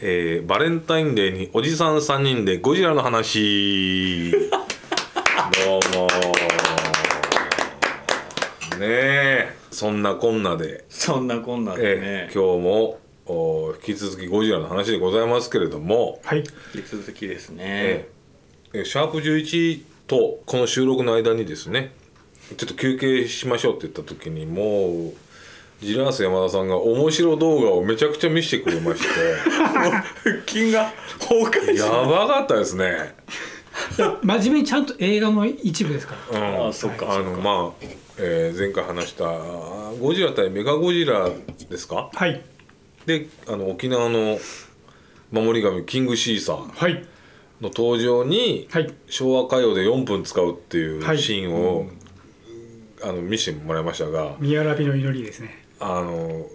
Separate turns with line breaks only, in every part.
えーバレンタインデーにおじさん3人でゴジラの 話どうもねえそんなこんなで、
そんなこんなで
え
ね
ー、今日もお引き続きゴジラの話でございますけれども、
はい引き続きですね、
えーえーシャープ11とこの収録の間にですねちょっと休憩しましょうって言った時にもうジラース山田さんが面白動画をめちゃくちゃ見せてくれまして
腹筋が崩壊
やばかったですね。
真面目にちゃんと映画の一部ですから
うん
あそっか
あ
そっ
の
か
まあ、えー前回話した「ゴジラ対メガゴジラ」ですか
はい
であの沖縄の守り神キングシーサーの
はい
登場に、
はい
昭和歌謡で4分使うっていう
はい
シーンを、あの見せてもらいましたが
宮ラビの祈りですね
あの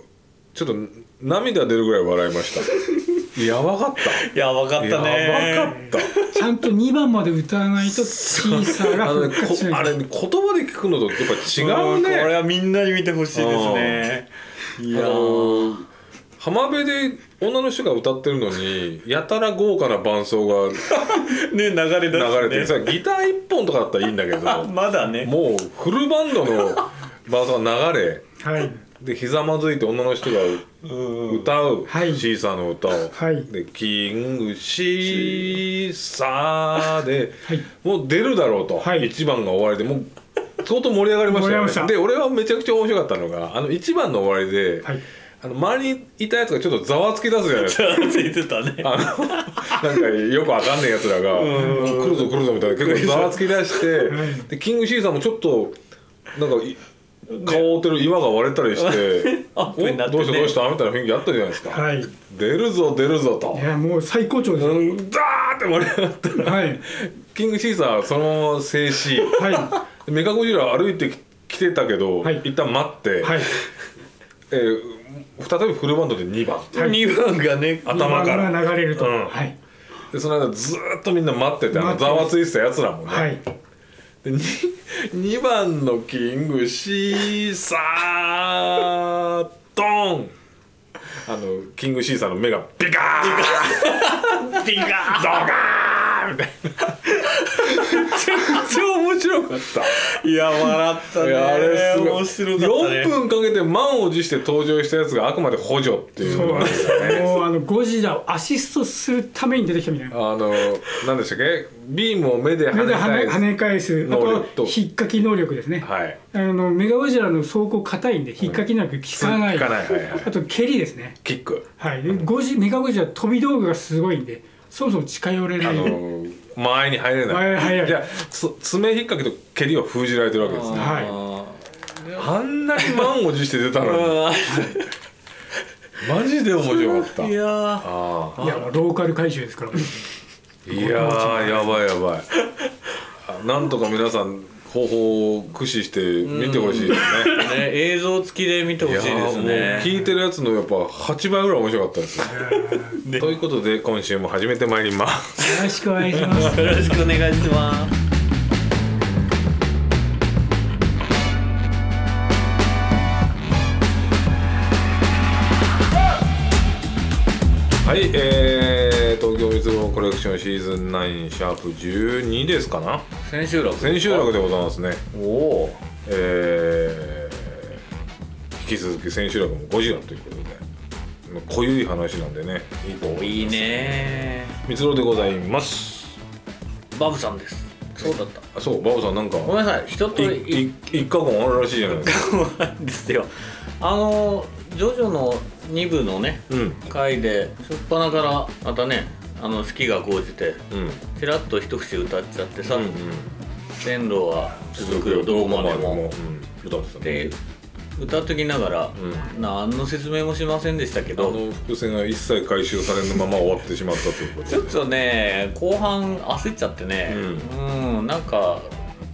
ちょっと涙出るぐらい笑いました やばかっ
やばかったたね
やばかった
ちゃんと2番まで歌わないとシーサーが
あのね
復
こ
活しな
あ
い
れ言葉で聞くのとやっぱ違うね
これはみんなに見てほしいですねいや
あの
ー
浜辺で女の人が歌ってるのにやたら豪華な伴奏が
ね流れ出すね
流れてさギター1本とかだったらいいん だけど
まだね
もうフルバンドの伴奏が流れ
はい
でひざまずいて女の人が
うん
歌う、
はい
シーサーの歌を、
はい
でキングシーサーで、
はい
もう出るだろうと、
はい
1番が終わりでもう相当盛り上がりました
盛り上がり
よ
ま
ね
した
で俺はめちゃくちゃ面白かったのがあの1番の終わりで、
はい
あの周りにいたやつがちょっとざわつき出すじゃないですか
ついてたね
あのなんかよくわかんねえやつらが「来るぞ来るぞ」みたいな結構ざわつき出して
うん
でキングシーさんもちょっとなんかい顔を覆ってる岩が割れたりして「
アップにな
お
って
ど
ね
うしたどうした?」みたいな雰囲気あったじゃないですか「
はいい
出るぞ出るぞ」と
やもう最高潮
「う
で
んダー!」って盛り上がった
すはい
キングシーさんはそのまま静止
は
メカゴジラ歩いてき来てたけど、
はい
一旦待って、
いはい
えー再びフルバンドで2番
はい
2番がね
頭から
今が流れると
うん
はい
でその間ずーっとみんな待っててあの
待って
ざわついてたやつらもね、
はい
で 2, 番のキングシーサードンあのキングシーサーの目がビカーン
ピガ
ド
ー
カーンみたいなめちゃくちゃ面白かっ
いや笑った
た
ね
いやあれすごい
面白かったね
4分かけて満を持して登場したやつがあくまで補助っていう
そうなんです
あ
よもうあのゴジラをアシストするために出てきたみたいな
の何でしたっけビームを目で跳
目
ね
で跳
返
ね
す
跳ね返すあと
能
は
力と
引っかき能力ですね
はい
あのメガゴジラの走行硬いんで引っかき能力効かない、
効かないはいはい
あと蹴りですね
キック
はい、でゴジメガゴジラ飛び道具がすごいんでそもそも近寄れな
あ
い
の間合いに入れない
間合いに入れない
じゃあつ爪引っ掛けと蹴りは封じられてるわけですね
はい
あんなに満を持して出たのにマジで面白かった
うんいやー
あ
いやもうローカル回収ですから
ーいやーやばいやばいあなんとか皆さん方法を駆使して見てほしいですね
ね映像付きで見てほし
い
い
や
で
ー
す
もう
ね
聞いてるやつのやっぱ8倍ぐらい面白かったですよ、ということで今週も始めてまいります
よろしくお願いします
よろしくお願いします
はい、えー、東京密浪コレクションシーズン9シャープ12ですかな
千秋楽
千秋楽でございますね
おおー
えー、引き続き千秋楽も5時だということでまあ濃ゆい話なんでねいいと思
いい
ます
ね
密浪でございます
バブさんですそうだった
あそうバオさんなんか
ごめんなさい人と
い
一
い一過言あるらしいじゃないですか
個なんですよあのジョジョの2部のね
うん
回で初っ端からまたねあの好きが高じて
うん
ちらっと一節歌っちゃってさ
うんうん
「線路は続くよどうまでも
うん歌って」たね
で歌っときながら何の説明もしませんでしたけ
あ
ど
の伏線が一切回収されぬまま終わってしまったということ
ち
で
ょっとね後半焦っちゃってねうん、なんか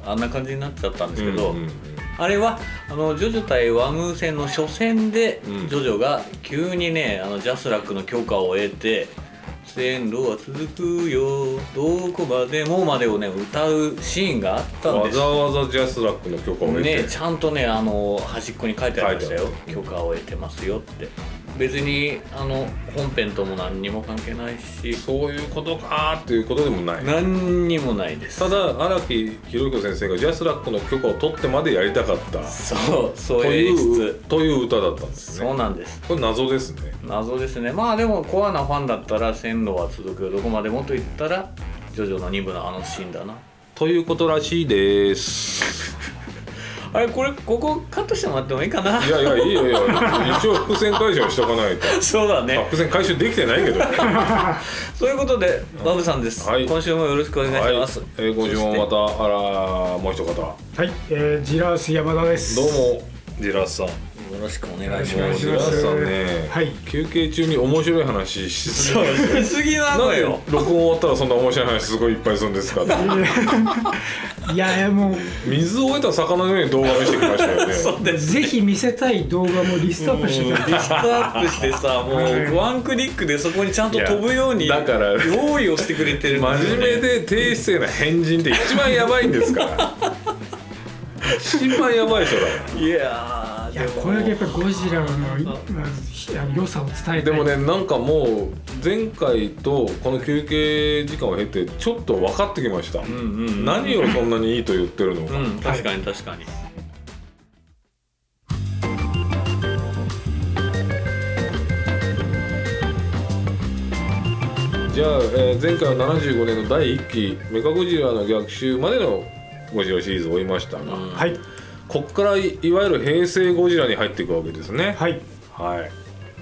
あんな感じになっちゃったんですけど、
うんうんうん
あれはあのジョジョ対ワムー戦の初戦で、
うん
ジョジョが急にねあのジャスラックの許可を得て線路は続くよどこまでもまでをね歌うシーンがあったん
わ
です
ざわざジャスラックの許可を得て、
ねちゃんとねあの端っこに書いてありましたよ
書いてある
許可を得てますよって別にあの本編とも何にも関係ないし
そういうことかーっていうことでもない
何にもないです
ただ荒木宏彦先生がジャスラックの許可を取ってまでやりたかった
そうそう
と
いう演
いう
出
という歌だったんです
そう
ね
なんです
これ謎ですね
謎ですねまあでもコアなファンだったら線路は続くよどこまでもと言ったらジョジョの2部のあのシーンだな
ということらしいです
あれこれここカットしてもらってもいいかない
やいやいいよいいよ一応伏線回収はしとかないと
そうだ
あ
ね
伏線回収できてないけど
ということでバブさんです、
はい
今週もよろしくお願いします、
はい、えー、ご注文またあらもう一方どうも
はい、えー、ジラース山田です
ジラスさん
よろしくお願いし
も
ま
う
す
ジラスさんね、
はい
休憩中に面白い話しすぎ
そうしすぎな
なん
の
で
よ
録音終わったらそんな面白い話すごいいっぱいするんですかって
いやいやも
水を得た魚のように動画見せてきましたよね
そう
う
です
ぜひ見せたい動画もリストアップして
リ
た
ストアップしてさもうワンクリックでそこにちゃんと飛ぶように
いやだから
用意をしてくれてるんだよね
真面目で低姿勢な変人って一番やばいんですから一番やばいでしょだから
いやー
いや
でも
これだけやっぱゴジラのまあひあの良さを伝えた い
でもねなんかもう前回とこの休憩時間を経てちょっと分かってきました、
うんうんうん
何をそんなにいいと言ってるのか、
うん確かに確かに
じゃあ、えー前回は75年の第1期メカゴジラの逆襲までのゴジラシリーズを追いましたが、
うん
はい
こっからいいわゆる平成ゴジラに入っていくわけですね
はい
はい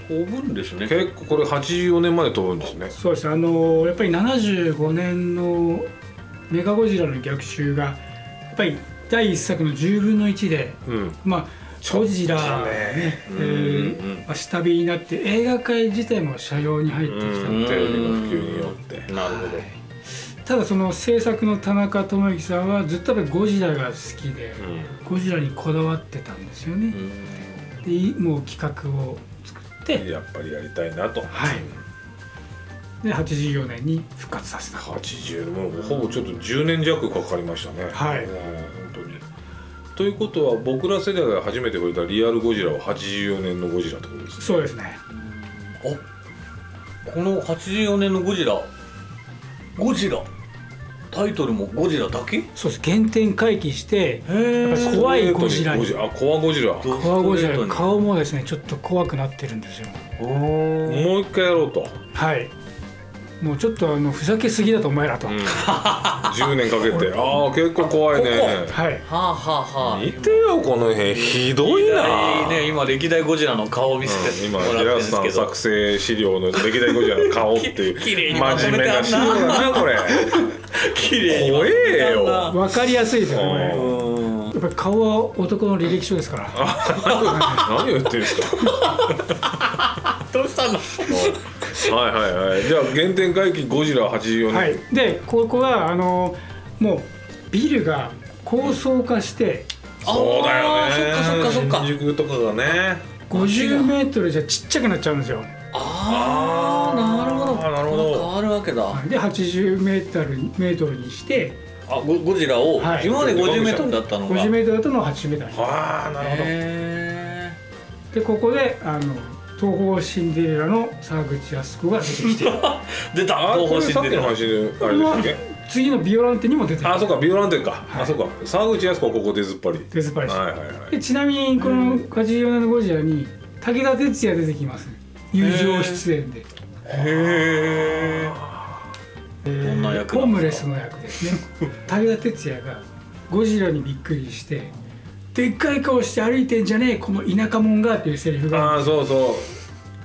飛ぶんですね
結構これ84年まで飛ぶんですね
そうですあのーやっぱり75年のメガゴジラの逆襲がやっぱり第一作の10分の1で
うん
まあゴジラねえ
うん
ー
うん
まあ下火になって映画界自体も斜陽に入ってきた
う
の
ん
で
テレビの普及によって
なるほど
ただその制作の田中智之さんはずっとやっぱりゴジラが好きで
う
ゴジラにこだわってたんですよ
う
ね、
ん
でいもう企画を作って
んやっぱりやりたいなと
はいで84年に復活させた
80もうほぼちょっと10年弱かかりましたね
はい
うん本当にということは僕ら世代が初めて触れたリアルゴジラは84年のゴジラってことです
そうですね
おこの84年のゴジラゴジラタイトルもゴジラだけへ
そうです原点回帰してやっぱり
え
怖いゴジラ
ゴ
に
ジラあコアゴジラ
ど
怖いゴジラ
ストレートに
の顔もですねちょっと怖くなってるんですよ
もう一回やろうと、
はいもうちょっとあのふざけすぎだとお前らと、
うん、10年かけてああ結構怖いね
はい
はあはあはあ
見てよこの辺ひどい
い
ない
ね今歴代ゴジラの顔を見せ
うん
ても
今
らって
ジ
るん
ラ
で
ス
す
さ
け
ん
ど、
作成資料の歴代ゴジラの顔って いう
きれいにまと
真
め
面目
てあんな
な資料だなこれ
綺麗に
怖えよ
わかりやすいですよね
う
こ
うん
れやっぱり顔は男の履歴書ですから
何を言ってるんですか
どうしたの
はいはいはい。じゃあ原点回帰ゴジラ84年。
はいでここはあのもうビルが高層化して
そうだよね。
あーそっかそっかそっ
新
か
宿とかがね。
50メートルじゃちっちゃくなっちゃうんですよ
あーなるほど
あーなるほど
変わるわけだ
で80メートルメートルにして
あゴゴジラを、
はい
今まで 50m だったのが
50メートルだとの8メートルに
ああなるほど。
へ
でここであの東宝シンデレラの沢口靖子が出てき て
ー出た
あーこれ
東
さ
方
っ
神
きの
殿
話で
こ
あ
れ
れでした
は
っけ？
次のビオランテにも出てきて
あーそっかビオランテか。
い
あそっか沢口靖子はここ出ずっぱり。
デスパイス、
はいはいはい。
でちなみにこの84年のゴジラに武田鉄矢出てきます友情出演で
へどんな役なんですか
ホームレスの役ですね 武田鉄矢がゴジラにびっくりして「でっかい顔して歩いてんじゃねえこの田舎者が」っていうセリフが
ああそうそ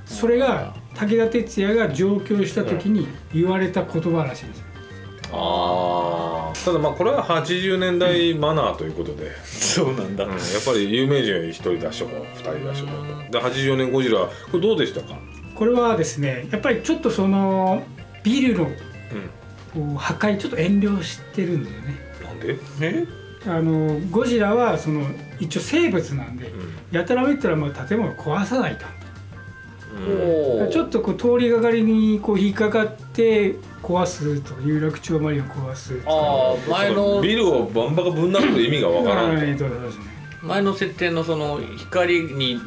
それが武田鉄矢が上京した時に言われた言葉らしいんですよ
う。ああ。ただまあこれは80年代マナーということで、
そうなんだ、
うんやっぱり有名人は一人出しとこう、二人出しとこうと。で84年ゴジラこれどうでしたか？
これはですねやっぱりちょっとそのビルの
う
こう破壊ちょっと遠慮してるんだよね
ん。なんで？
え
あのゴジラはその一応生物なんで、やたらめったらまあ建物を壊さないと
うん
お
ちょっとこう通りがかりにこう引っかかって壊すと有楽町マリを壊すと
ああ前の
ビルをバンバカぶん殴る意味がわからんと
はいそうですね
前の設定のその光に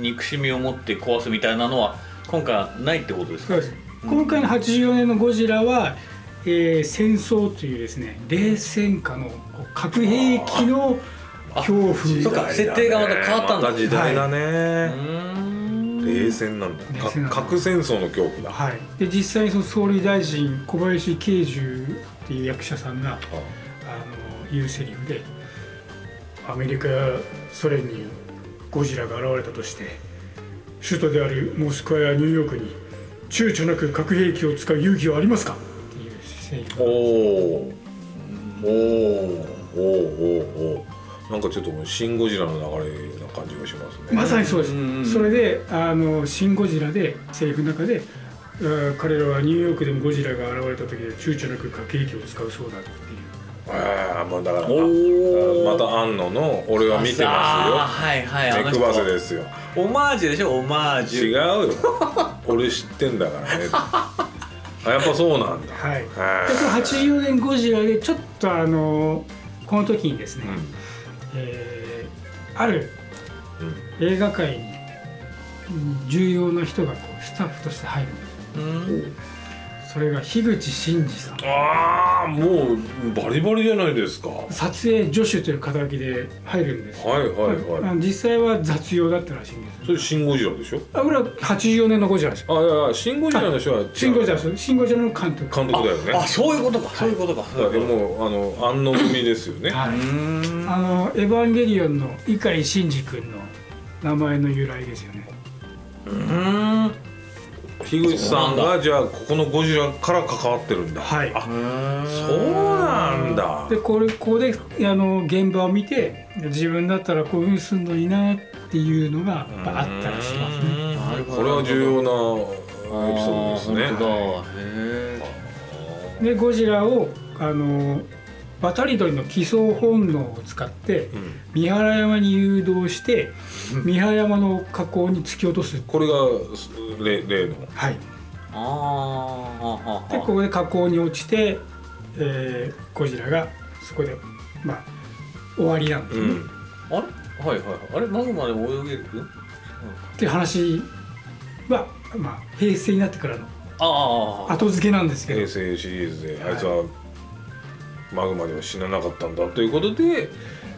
憎しみを持って壊すみたいなのは今回はないってことです
そ
か
うです今回の84年の「ゴジラは」えー戦争というですね冷戦下のこう核兵器の恐怖
そっか設定がまた変わったんだ
また時代だ
う
ね、
ーん
冷戦なんだ
冷戦なんだ
か核戦争の恐怖だ、
はい、で実際にその総理大臣小林慶十っていう役者さんが
あ
あの言うセリフで「アメリカやソ連にゴジラが現れたとして首都であるモスクワやニューヨークに躊躇なく核兵器を使う勇気はありますか?」っていうセリフ
おおおーおーおーおーなんかちょっともう「シン・ゴジラ」の流れな感じがしますね
まさにそうで
うんうんうん
すそれで「あのシン・ゴジラ」でセリフの中で「あー彼らはニューヨークでもゴジラが現れた時で躊躇なく核兵器を使うそうだ」っていう
ああもうだから
おー
あまた安野の「俺は見て
あ
ま
ーはいは
す
い
よ」目配せ
で
ですよ
オマージュでしょオマージュ
違うよ俺知ってんだからねあやっぱそうなんだ
は
は
い。でこの
い
84年ゴジラでちょっとあのこの時にですね、えーある
うんうん
映画界にうん重要な人がこうスタッフとして入るんです
うん
それが樋口真嗣さん
ああもうバリバリじゃないですかは
撮影助手という肩書きで入るんで
い
す
はい
あ
は
の実際は雑用だったらしいんです
いそれシン・ゴジラでしょ
あこれは84年のゴジラです
あいやいやシン・ゴジラの人は違う
シン・ゴジラですシン・ゴジラの監督
監督だよね
あそういうことかそういうことか
だからもうあの安野組ですよね
は
う
い
ーん
あの「エヴァンゲリオン」の碇シンジ君の名前の由来ですよね
うーん
樋口さんがじゃあここのゴジラから関わってるんだ
はい
あそうなんだ
でこれここであの現場を見て自分だったらこういうふうにするのになっていうのがやっぱあったらしいですね。
うーん
なるほど
これは重要なエピソードですね
あー本当だへ
でゴジラをあの渡り鳥の奇想本能を使って
うん
三原山に誘導して三原山の河口に突き落とす。
これがす例例の
はい、
えあーは
でここで河口に落ちて、えーゴジラがそこでまあ終わりなんです
う
ね。
ん
あははあれはいはいはいあれマグマでも泳げる
っていう話は、まあ、平成になってからの
あーあ
後付けなんですけど
平成シリーズであいつはマグマでは死ななかったんだということで、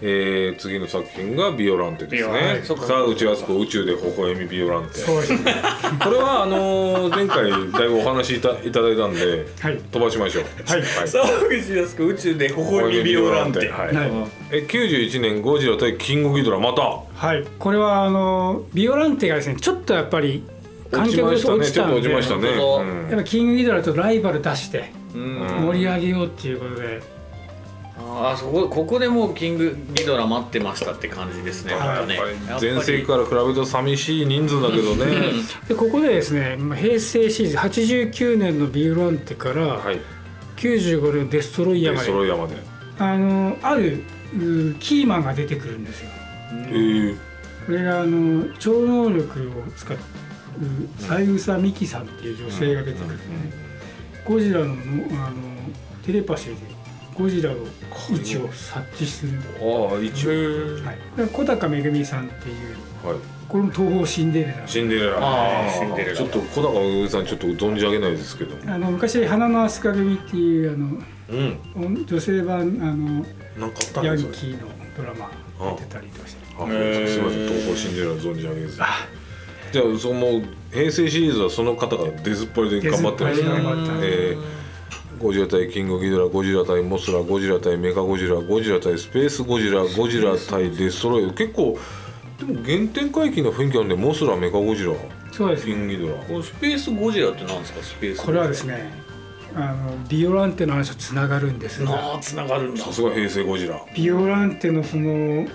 えー次の作品が「ビオランテ」です
ビオラン
ね
テそっか
さあうちはすこ宇宙で微笑みビオランテ
そうですね。
これはあのー前回だいぶお話いたいただいたんで
はい
飛ばしましょう
はい
沢口靖子宇宙でここにビオランテ
はい
はい
え91年ゴジラ対キングギドラまた
はい、これはあのビオランテがですねちょっとやっぱり観
落ち
客
ま
が
し
ち
た
ょ
ね
っと落ち
ちょっと落
たので
ちましたね、
本当
うん
やっぱキングギドラとライバル出して
うん
うん
盛り上げようっていうことで、
あーそこここでもうキングギドラ待ってましたって感じですね
はい
またね
やっぱり前世紀から比べると寂しい人数だけど ね、
でここでですねまあ平成シリーズ89年のビオランテから
はい
95年のデストロイヤー
で
ま
ス
で、
トロイヤーまで、
あのあるうーキーマンが出てくるんですよ。
えー
これがあの超能力を使う三枝美紀さんっていう女性が出てくる、ゴジラのあのテレパシーでゴジラの位置を察知する、
ああ一応
はい、これは小高めぐみさんっていう
はい
これも東方シンデレラ
シンデレラ
ああシンデレラ
ちょっと小高めぐみさんちょっと存じ上げないですけど
あの昔花の飛鳥組っていう
うん
あの女性版あ
なんかあった
のヤ
ね
ン
それ
キーのドラマ出てたりとかして
あ
へー
すいません東宝シンデレラ存じ上げずじゃあその平成シリーズはその方が出ずっぱりで頑張ってるんです
出ずっぱり
ね
で頑張って
えーゴジラ対キングギドラゴジラ対モスラゴジラ対メカゴジラゴジラ対スペースゴジラゴジラ対デストロイヤー結構でも原点回帰の雰囲気あるんでモスラメカゴジラ
そうです
キ
ね
ングギドラ
このスペースゴジラってなんですかスペース
これはですねあのビオランテの話とつながるんですが
なあつながるんだ
さすが平成ゴジラ
ビオランテのその
うん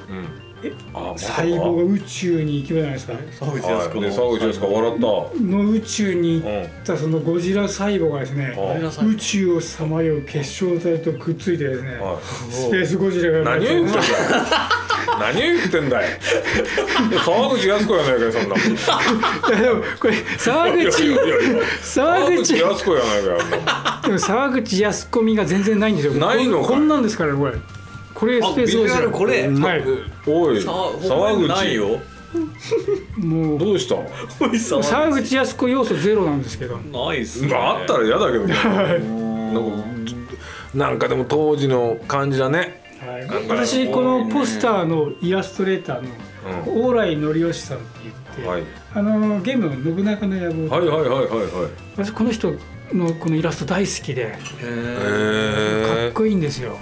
え
あまさか
細胞が宇宙に行けばじゃないですか
沢口
は
靖
い
子
で
の
沢口ですか笑っ
の宇宙に行
た
っ
うん
たそのゴジラ細胞がですね
あ
ごめんなさい
宇宙をさまよう結晶体とくっついてですね
は
スペースゴジラ
い、
が
何を
生
言ってん
まれて
だよ何を言ってんだよ 沢口靖子やないかよ そんなもん
いやでもこれ沢口
いやいやいや
沢
沢口
口で
靖子やないかよあんなもん
も沢口安子みが全然ないんですよ
ないのかい
こんなんですからねこれこれスペースゴジ
あビジュア
ラ
ルこれ
はい
おい
さほんま
沢
に
口
ないよ
もう
どうした
おいさ
沢口靖子要素ゼロなんですけど
ないっすね
あったら嫌だけどね
うん
なんかなんかでも当時の感じだね
私このポスターのイラストレーターの
う
往来則義さんって言って、
はい
あのゲームの「信長の野望」
はいはいはいはいはい
私この人のこのイラスト大好きで
へ
へ
ー
かっ
え
こいいんですよ、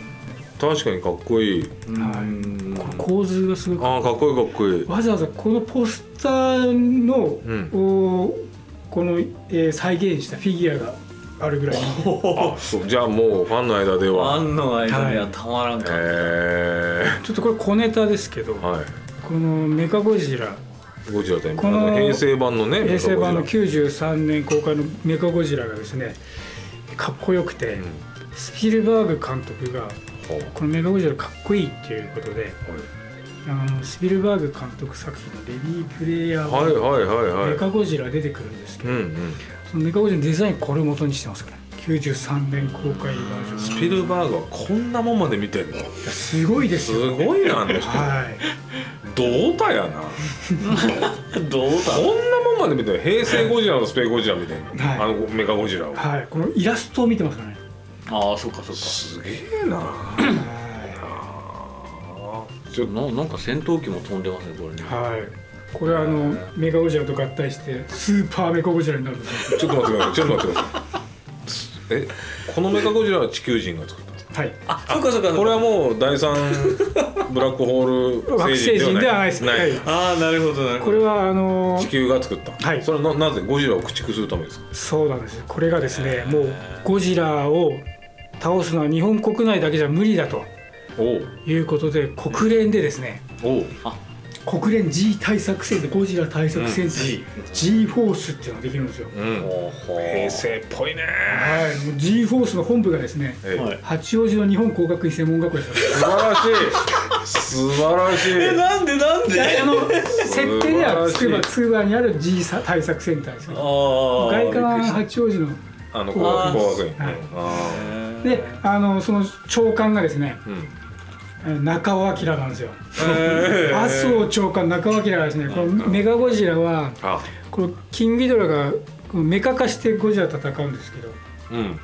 確かにかっこいい
うん
この構図がすごく
ああかっこいいかっこいい
わざわざこのポスターの、
ん
おこの、えー再現したフィギュアがあるぐらい
あそうじゃあもうファンの間で
フ
は
ァンの間にはたまらんかった
え
ちょっとこれ小ネタですけど
ー、はい
この「メカゴジラ」
ゴジラと
こ
あ
の
の平成版のね
平成版の
メ
93年公開の「メカゴジラ」がですねかっこよくて、スピルバーグ監督が
カゴジラ
この「メカゴジラ」かっこいいっていうことであのスピルバーグ監督作品の「レディープレイヤー
は」いはいはいはい
メ
はい
カゴジラ」出てくるんですけ
う
ど、
んうん
そのメカゴジラのデザインこれ元にしてますから93年公開バージ
ス
ョン
ピルバーグはこんなもんまで見てんの
すごいです
す
よ
ごいなあの人
はい
どうたやなこんなも
どう
んまで見てんの平成ゴジラのスペーゴジラみたいな、
はい
あのメカゴジラを
はい、このイラストを見てますからね。
だああそっかそっか
すげえな
は
ちょっと
ななんか戦闘機も飛んでますねこれね
い。これはあのメカゴジラと合体してスーパーメカゴジラになるんですよ。
ちょっと待ってくださいちょっと待ってくださいえこのメカゴジラは地球人が作った
はい。
あ そっかそっか
これはもう第三ブラックホール
惑星人ではないですね。はい
ああなるほどなるほ
こ
ど
れはあの
地球が作った、
はい
それはななぜゴジラを駆逐するためですか
そうなんです。これがですね、もうゴジラを倒すのは日本国内だけじゃ無理だと
おう
いうことで国連でですね、
おう
国連 G 対策センター、ゴジラ対策センター、G フォースっていうのができるんですよ。
うん
ほうほう
平成っぽいね
はい、もう G フォースの本部がですね、
ええ
はい
八王子の日本工学院専門学校です。
素晴らしい素晴らし
え
い
なんでなんで
あ の設定で
素晴ら
は筑波
しい
筑波にある G さ対策センターですね
あ
外
あ
観は八王子の
あの工
あー
学工学院
はい
あ
であのその長官がですね
ーうん
えー中尾明なんですよ麻生長官中尾明がですねこのメガゴジラは
あ
このキングギドラがこのメカ化してゴジラと戦うんですけど
うん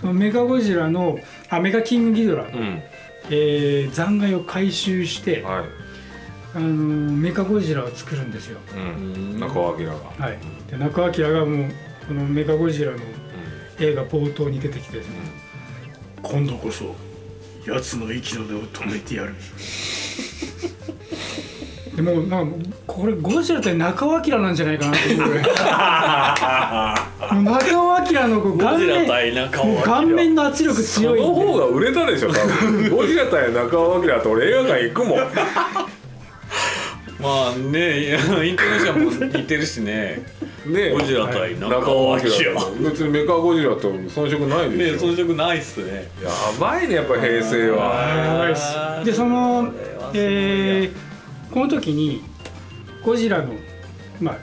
そのメガゴジラのあメガキングギドラ、
うん
えー残骸を回収して、
はい
あのメカゴジラを作るんですよ
うん中尾明が
はい、で中脇明がもうこのメカゴジラの映画冒頭に出てきてですね、
今度こそ奴の息の根を止めてやる
でもうなんかもうこれゴジラって中尾明なんじゃないかなっていうぐらいもう 中尾明のこう
ゴ
顔
ジラ
面
対中尾明
顔面の圧力強
こ
い
の
んで
方が売れたでしょ多分ゴジラ対中尾明と俺映画館行くもん
まあねいやイントネーションも似てるしね
ね
ゴジラ対中
中
尾
尾
明
明別にメカゴジラと遜色ない
ね
でしょ
遜色ないっすね
やばいねやっぱ平成は
やばいっすでそのえーこの時にゴジラのまあ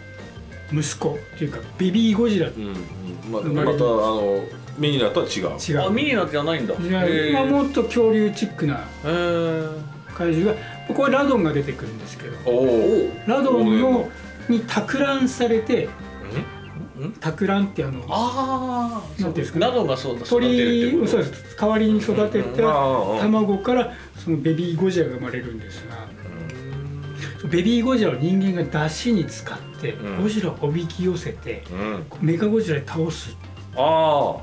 息子っていうかベビーゴジラ
うんままたあのミニラとは違う
違
あ
う
ミニなんてじゃないんだへ
違う、まあ、もっと恐竜チックな
えー
怪獣がここはラドンが出てくるんですけど
おお
ラドン
お
のに托卵されて
ん
托卵ってあの
ああ
なんていうんですかね
などがそうだ育てるって
鳥
こ
を
と
そうです代わりに育てて
うん
卵からそのベビーゴジラが生まれるんですがそのベビーゴジラを人間が出汁に使って
うん
ゴジラをおびき寄せて
うん
メカゴジラで倒す
あ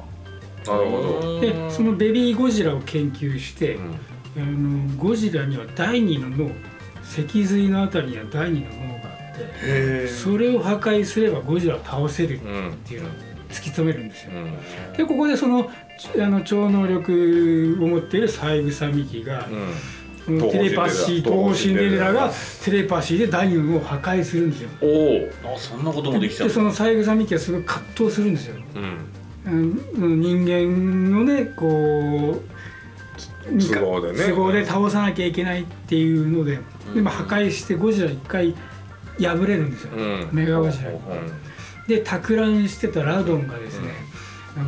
あなるほど
ど
でそのベビーゴジラを研究して、
うん
あのゴジラには第二の脳脊髄のあたりには第二の脳があって
へ
それを破壊すればゴジラを倒せる
うん
っていうのを突き止めるんですよ
う。ん
でここでそのちあの超能力を持っている三枝美紀が、この
東
テ
方
レパシー
シンデレラ
東方シンデレラがテレパシーでダイオンを破壊するんですよ。
おお
あそんなこともできちゃう
でその三枝美紀はすごい葛藤するんですよ。
うん
うん、人間のねこうにか
都合でね
都合で倒さなきゃいけないっていうので、でまあ破壊してゴジラ一回破れるんですよ、
うん
メガゴジラに。
う
で托卵してたラドンがですね、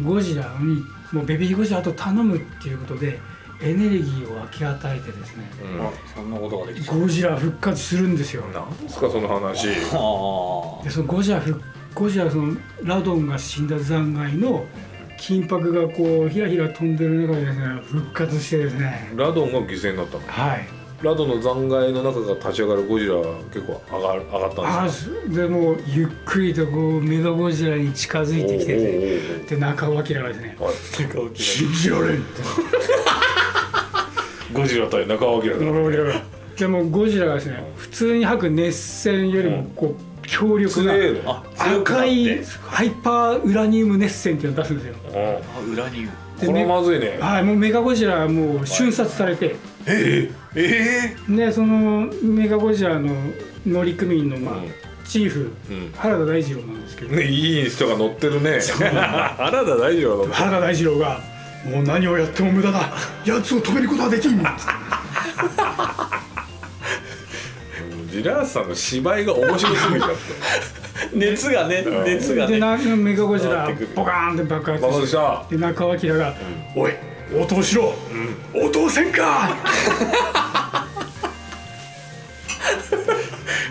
ゴジラにもうベビーゴジラあと頼むっていうことでエネルギーを分け与えてですね
うん
あそんなことができた
ゴジラ復活するんですよ
なんすかその話
は
でそのゴジラ復ゴジラそのラドンが死んだ残骸の金箔がこうひらひら飛んでる中でですね復活してですね
ラドンが犠牲になったの
はい
ラドンの残骸の中から立ち上がるゴジラ結構上がる上がったん
あ
です
ーでもうゆっくりとこうメガゴジラに近づいてきてですねで中尾明がですね
おうおうおうはい
信じられん
ゴジラ対中尾明だ
ゴジラが
でもゴジラがですね普通に吐く熱線よりもこう強力な
強えの
ああ強くなっ
赤
て
いハイパーウラニウム熱線っていうのを出すんですよ
うん
あ裏に
で
これまずいね
はいもうメガゴジラはもう瞬殺されて
え
でそのメガゴジラの乗組員のまあ
うん
チーフ
えうん
原田大二郎なんですけど
ねいい人が乗ってるね原田大丈夫だ
原田大二郎が
もう何をやっても無駄だ奴を止めることはできん
うんジラースさんの芝居が面白すぎちゃって
熱がね
ん
熱が
で
ね
なメガゴジ
上が
ラ
ってくる
ボカーンって爆
馬場
発
で
し
してた
で中尾明が
おい応答しろ、応答せんか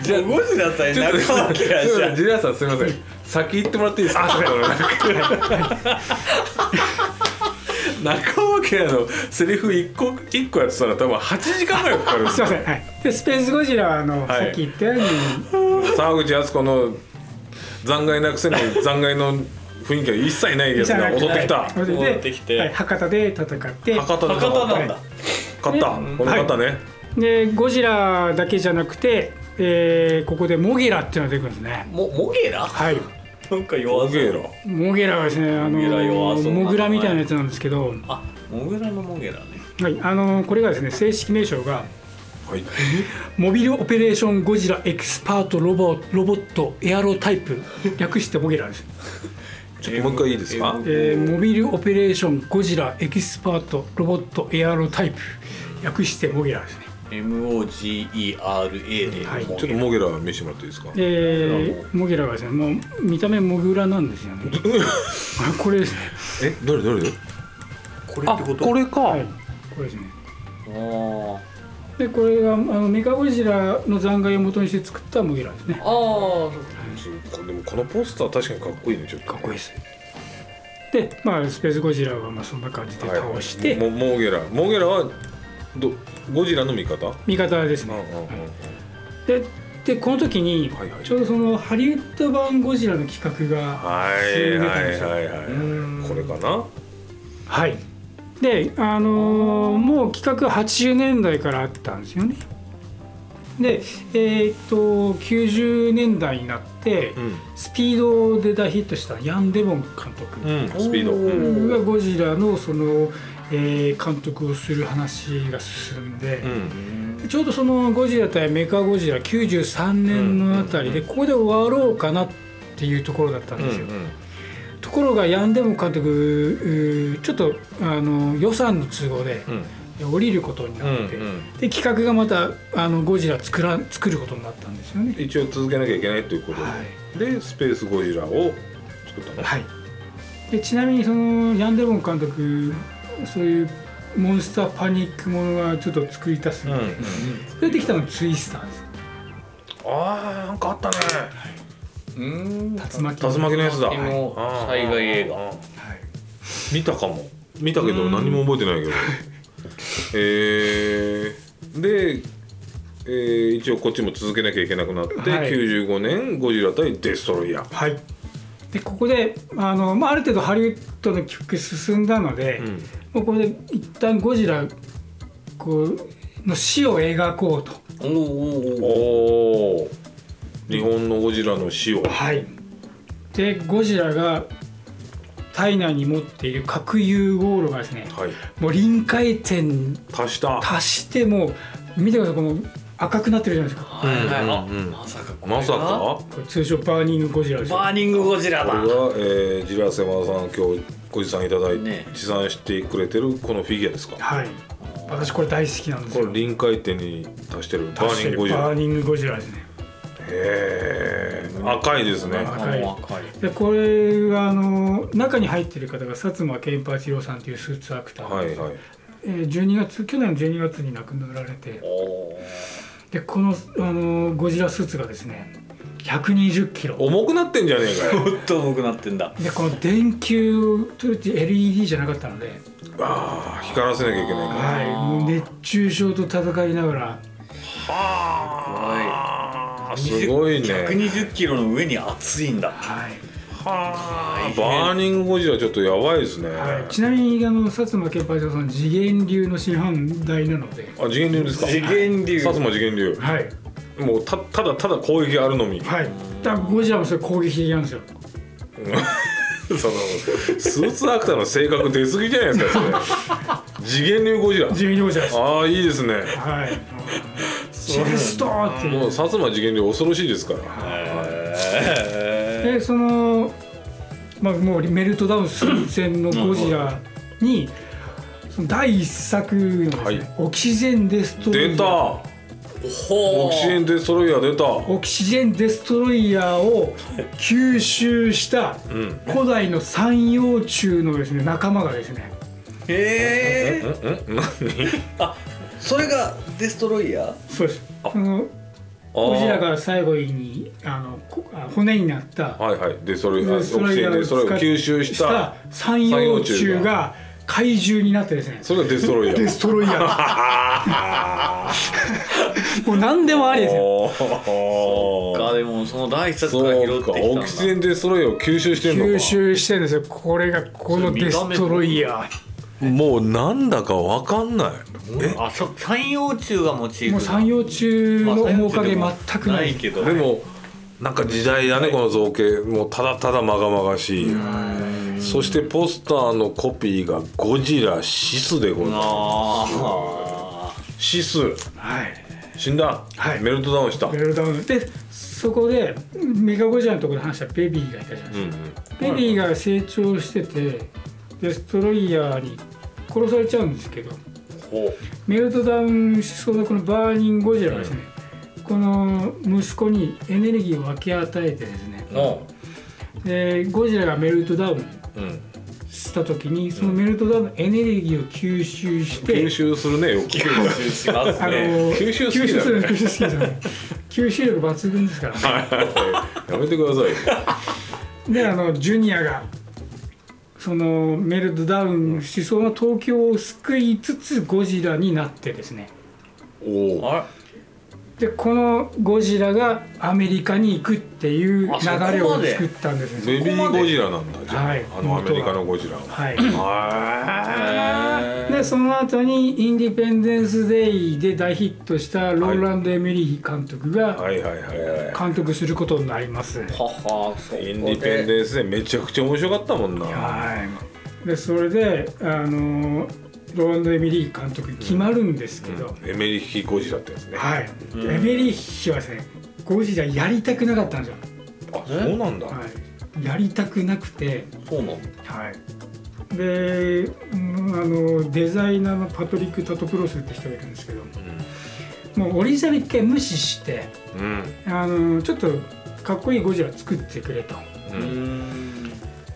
じゃあゴジラ対中尾明じ
すいませ
ゃ
ん
ん
ジラースさんすみません先行ってもらっていいですか中尾家のセリフ一個一個やってたら多分8時間ぐらいかかるんですす
い
よ
ませんはいでスペースゴジラはあ
は
の、
い
さっき言ったように
沢口靖子の残骸なくせに残骸の雰囲気が一切ないやつが襲ってきた
それで
戻ってきて
はい、博多で戦って
博多で
博多なんだ
勝ったこの勝ったね、
でゴジラだけじゃなくて、えーここでモゲラっていうのが出てくるんですね
もモゲラ
はい
なんか
オ
弱そ
ゲ
う
ーラ
モゲラはですねあの
モゲラ弱そう
モグラみたいなやつなんですけど、
あモグラのモゲラね
はい、あのこれがですね正式名称が
はい
モビルオペレーションゴジラエキスパートロボロボットエアロタイプ略してモゲラです、
ちょっともう一回いいですか
えーモビルオペレーションゴジラエキスパートロボットエアロタイプ略してモゲラですね
MOGERA で、
はい
モ
ちょっと
ゲラ
モゲラ見せてもらっていいですか
えーモゲラがですねもう見た目モグラなんですよ ねあこれです
え
ね
どれどれどれ
これってこと
れか、はい、これですね
ああ
でこれがあのメカゴジラの残骸を元にして作ったモゲラですね
あ
そうでもこのポスター確かにかっこいいねちょっと
かっこいいですでまあスペースゴジラはまあそんな感じで倒して、
もモゲラモゲラはどゴジラの味方うん
味方です
うん
ね
うんうん
ででこの時に、
はいはい
ちょうどそのハリウッド版ゴジラの企画が
はいはいはいは
うん
いこれかな
はいであのーもう企画80年代からあったんですよねでえーっと90年代になって、
う
スピードで大ヒットしたヤン・デボン監督、
んスピード
おー
うん
がゴジラのその、えー監督をする話が進んで
う、ん
ちょうどそのゴジラ対メカゴジラ93年のあたりでここで終わろうかなっていうところだったん
うん
ですよ、ところがヤンデモ監督うーちょっとあの予算の都合で
うん
降りることに
うん
なって、
うん
で企画がまたあのゴジラ作ら作ることになったんですよね
一応続けなきゃいけないということ
は
ででスペースゴジラを作ったの
はいでちなみにそのヤンデボン監督そういうモンスターパニックものはちょっと作り出す
うんん
で、
うん
出てきたのがツイスターです
あーなんかあったね
うーん
竜巻
竜巻のやつだ
竜巻の
あー
災害映画
あー見たかも見たけど何も覚えて ないけどえー、で、えー一応こっちも続けなきゃいけなくなって、
はい
95年ゴジラ対デストロイヤー
はいでここであの、まあ、ある程度ハリウッドの曲進んだので、
うん
もうこれで一旦ゴジラこうの死を描こうと
おーおーおー
おー日本のゴジラの死を
はいでゴジラが体内に持っている核融合炉がですね
はい
もう臨界点
足した
達してもう見てくださいこの赤くなってるじゃないですか
はいはいあ
うんうんうん
まさかこれが
まさか
これ通称バーニングゴジラですよ
バーニングゴジラ
これ
だ
が、えー、ジラセマさん今日ご持参いただいて、
ね
持参してくれてるこのフィギュアですか
はい私これ大好きなんです
こ
よ
れ臨界点に達してるバ
達
ー
し
ニング
てる
ゴジ
バー
ラ
ニングゴジラですね
へえ赤いですね
赤い
もう赤い
でこれはあの中に入ってる方が薩摩健八郎さんというスーツアクター
は
なん
い
ですよ
はい
えー12月去年の12月に亡くなられて
おー
でこの、あのーゴジラスーツがですね120キロ
重くなってんじゃねえ かよ
もっと重くなってんだ
でこの電球当時 LED じゃなかったので、
ああ光らせなきゃいけないから
はい、もう熱中症と戦いながら
は
あー
い
すごいね
120キロの上に熱いんだ
はい
はあバーニングゴジラちょっとやばいですね、
はい、ちなみにあの薩摩健八郎さん次元流の師範代なので、
あ次元流ですか
次元流
薩摩次元流
はい
もうたただただ攻撃あるの み
はい、だからゴジラもそれ攻撃的なんですよ。
そのスーツアクターの性格出過ぎじゃないですかそれ次元流ゴジラ
次元流ゴジラです。
ああいいですね
はい。チェストーって
もう
いう
薩摩次元流恐ろしいですから
へ
でそのまあもうメルトダウン寸前のゴジラに。その第一作のですね、
はい
オキシゼンデストロ
出
イ
た
ヤー
オキシエンデストロイヤー出た
オキシゼンデストロイヤーを吸収した
うん
古代の三葉虫のですね仲間がですね
えへえ
うん何
あそれがデストロイヤー
そうですそのゴジラが最後にあのこあ骨になった
はいはいデストロイヤーオ
で
キシ
それ
エンデストロイヤーを吸収し
したた三葉虫が怪獣になってですね
それがデストロイヤ
デ
ー
ストロイヤ ーもう何でもありですよ
おー
あでもその第一作から拾
そう
って
か
きたん
オ
だ
キシエンデストロイヤーを吸収してんのか
吸収してるんですよこれがこのデストロイヤ
もうなんだかわかんない
あそ三葉虫がモチーフ
ーもう三葉虫の面影全くない
けど
でもなんか時代だねこの造形もうただただまがまがしいそしてポスターのコピーがゴジラシスでございます
あ
シス
はい
死んだ、
はい
メルトダウンした、
メルダウンでそこでメガゴジラのところで話したベビーがいたじゃないですか
うんうん、
ベビーが成長しててデストロイヤーに殺されちゃうんですけどメルトダウンしそうなこのバーニングゴジラがですね、この息子にエネルギーを分け与えてですねでゴジラがメルトダウン
うん、
した時にそのメルトダウンのエネルギーを吸収して、
吸収するねよく
あします
あの
ね
吸収好きだね
吸収する吸収好きですよね吸収力抜群ですから、
やめてくださいよ
であのジュニアがそのメルトダウンしそうな東京を救いつつゴジラになってですね
おお
あ
でこのゴジラがアメリカに行くっていう流
あそこまで
れを作ったんですね
ベビーゴジラなんだじゃあ、
はい
あのアメリカのゴジラは
はい
は
でその後にインディペンデンス・デイで大ヒットしたローランド・エミリー監督
い
が
はいはいはいはい
監督することになります
ははそこ
インディペン
ン
デンスでめちゃくちゃ面白かったもんな
はいでそれであのローランド・エミリー監督に決まるんですけど、
エメリヒゴジラってやつねあ
はい、エメリッヒはですねゴジラやりたくなかったんですよ、
そうなんだ
はい、やりたくなくて
そうなの
はいで、うんあのデザイナーのパトリック・タトプロスって人がいるんですけどもうオリジナル一回無視して
うん
あのちょっとかっこいいゴジラ作ってくれと
うんうん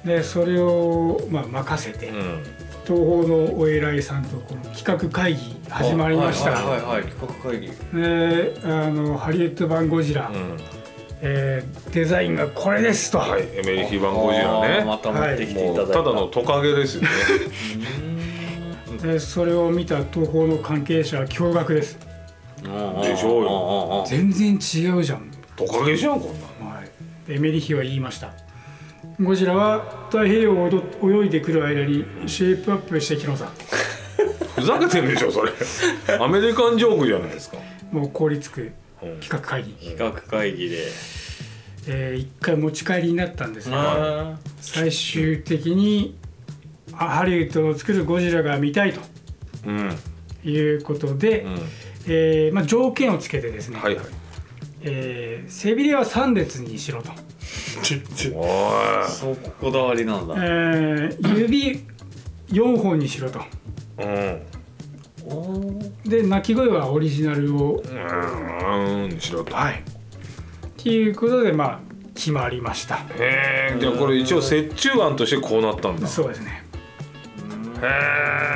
でそれを、まあ、任せて、
うん
東宝のお偉いさんとこの企画会議始まりました、
はいはいはいはい企画会議
であのハリエット版ゴジラ、
うん
えーデザインがこれですと、
はいエメリヒ版ゴジラ
あーま
ね
た持ってきてい
も
ただいうた
ただのトカゲですよね
でそれを見た東宝の関係者は驚愕です
でしょうよ
よ
全然違うじゃん、
トカゲじゃんこんな
はい、エメリヒは言いましたゴジラは太平洋を踊っ泳いでくる間にシェイプアップしてきのさ
ふざけてるでしょそれアメリカンジョークじゃないですか
もう凍りつく
うん
企画会議、
企画会議で
えー一回持ち帰りになったんですが
あ
最終的にあハリウッドの作るゴジラが見たいと
うん
いうことで、
うん
えーまあ、条件をつけてですね、
はいはい
えー背びれは3列にしろと、
お
そうこだわりなんだ
えー指4本にしろと
いうん
おー
で鳴き声はオリジナルを
うーんしろと
はいっていうことでまあ決まりました
へえじゃあこれ一応折衷案としてこうなったんだ
そうですね
へえ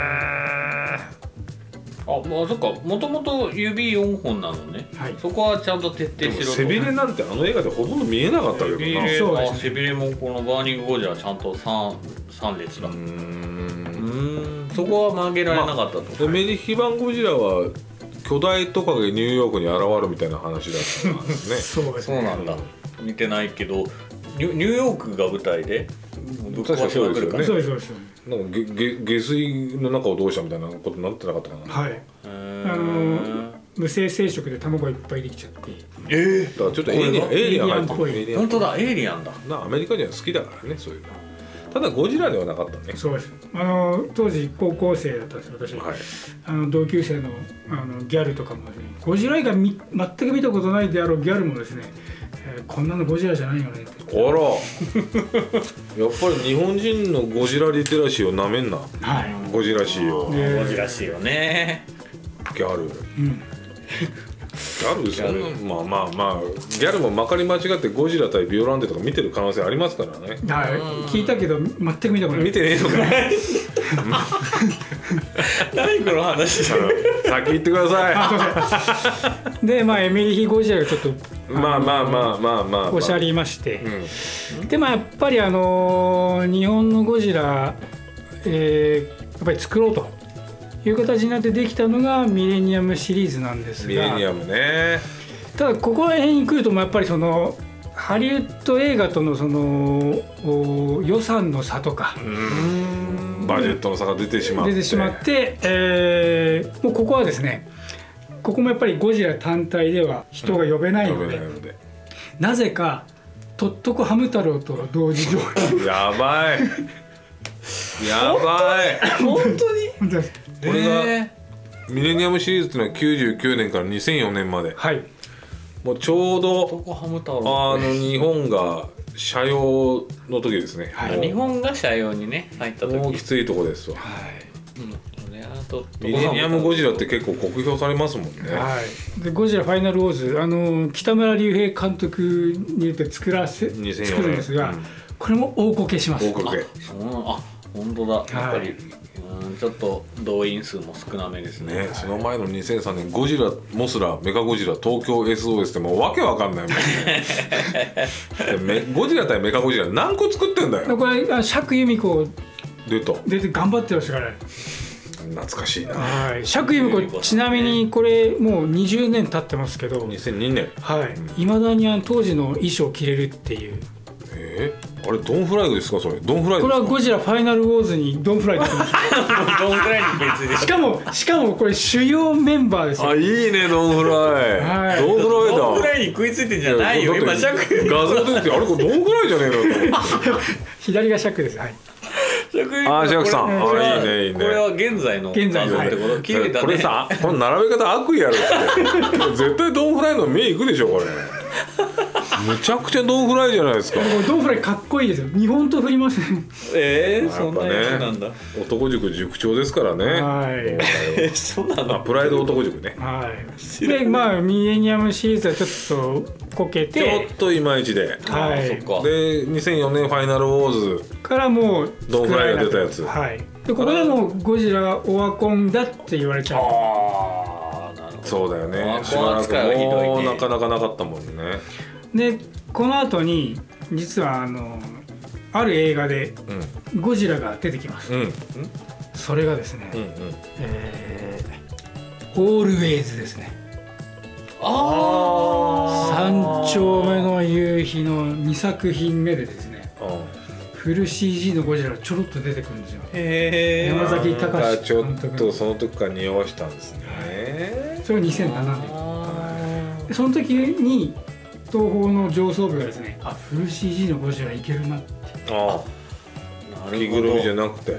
まあそっかもともと指4本なのね、
はい
そこはちゃんと徹
で
底
も
して
背
ろと
びれなんてあの映画でほとんど見えなかったけど
背び
な
れ
そうです
あ
ね
背びれもこのバーニングゴジラちゃんと 3, 三列だ
う
う
ーん
ーんそこは曲げられなかったと、
でメリヒバンゴジラは巨大トカゲニューヨークに現るみたいな話だったんですね
そうです
そ
ね
うなんだ見てないけどニュニューヨークが舞台でぶっ
確か
壊し
そう
ま
です
くる
よ
か
ね
ら
そうですそうです
なんかげげ下水の中をどうしたみたいなことになってなかったかな、
はい
あ
あの無性生殖で卵がいっぱいできちゃっ
だか
て
らちょっとエイリアン
これ
エイリアン入
エイリ
ってる
アンっぽい
本当だエイリアンだ
なアメリカ人は好きだからねそういうのただゴジラではなかったね
そうですあの当時高校生だったんですよ私、
はい
あの同級生のあのギャルとかもですねゴジラ以外み全く見たことないであろうギャルもですね、えーこんなのゴジラじゃないよねって
あら やっぱり日本人のゴジラリテラシーをなめんな
はい
ゴジラシーを
ね
ゴジラしいよね
ギャルギ
うん
ャルそんなまあまあまあギャルもまかり間違ってゴジラ対ビオランテとか見てる可能性ありますからね
はい聞いたけど全く見たことない
見てねえのか
何この話
先言ってくださ
でまあエミリヒ・ゴジラがちょっと
いまあまあまあまあまあ、まあ、
おしゃりまして、
うん
でもやっぱりあのー日本のゴジラ、えーやっぱり作ろうという形になってできたのがミレニアムシリーズなんです
ミレニ
が
アムね
ただここら辺に来るともうやっぱりそのハリウッド映画とのそのお予算の差とか
うんバジェットの差が出てしまって
出てしまって、えーもうここはですねここもやっぱりゴジラ単体では人が呼べない
食
の
べ
で、
ないので
なぜかとっとこハム太郎と同時上映
やばいやばい
本当に
これがミレニアムシリーズっていうのは99年から2004年まで
はい
もうちょうど
男ハム太郎
あの日本が社用の時ですね、
はい
もう
日本が社用にね入った時
もうきついとこですわ
うんこれあと
ミレニアムゴジラって結構酷評されますもんね、
はい、でゴジラファイナルウォーズあの北村隆平監督によって作らせ
2004年
作るんですが、
うん
これも大こけします
合格へ
そうなのあ本当だやっぱり、うんちょっと動員数も少なめですね
ね、その前の2003年ゴジラモスラメカゴジラ東京 SOS ってもうわけわかんないもん ねでめゴジラ対メカゴジラ何個作ってんだ
で
よ
これあ釈由美子
でと
出て頑張ってらっしゃる
懐かしいな
はい釈由美
由美
子
子
ちなみにこれもう20年経ってますけど
2002年
はいまだにあの当時の衣装着れるっていう
えー、あれドンフライグですかそれドンフライ
こ
グ
れ
です
は
か
ゴジラファイナルウォーズにドンフライ出てます
どんぐらいに別に
しかもしかもこれ主要メンバーですよ
あいいねドンフライ、
はい
ドンフライだ
どんぐらいに食いついてんじゃないよ
だ
今
って
釈由
画像出ててあれこれドンフライじゃねえのと思って
左が釈ですはい
釈由
あー釈さん
これこれは
あーいいねいいね
これは現在の
現在
画
の
像ってこと綺麗だね
これさこの並べ方悪意あるって絶対ドンフライの目いくでしょ これむちゃくちゃドンフライじゃないですか
これドンフライかっこいいですよ日本刀振りません
えー、
や
そ
っ
ん
ぱ
なやつなんだ
ね、男塾塾長ですからね、
はい
えー、そうな
あ
の
プライド男塾ね
はい、でまあミレニアムシリーズはちょっとこけ
ちょ
て
っといまいちでで
は
あー
い
そっか
2004年ファイナルウォーズ
からもう
ドンフライが出たやつ
作られなくなったはいでここでもうゴジラオワコンだって言われちゃう
あーなるほど
そうだよね
あ
しばらく
この扱いはひどいね
もうなかなかなかったもんね
でこの後に実はあのある映画で
う
ゴジラが出てきます
うんうん
それがですね、
うん
えーオールウェイズですね
あ
三
ー
丁目の夕日の2作品目でですね
あ
フル CG のゴジラがちょろっと出てくるんですよ
へ
山
ー
崎
なん
隆
か
監
ちょっ
督
とその時から匂わしたんですね
それが2007年
あ
その時に東宝の上層部がですねあフル CG のゴジラいけるなって、
あ
ーな
あ
るほど
着ぐるみじゃなくて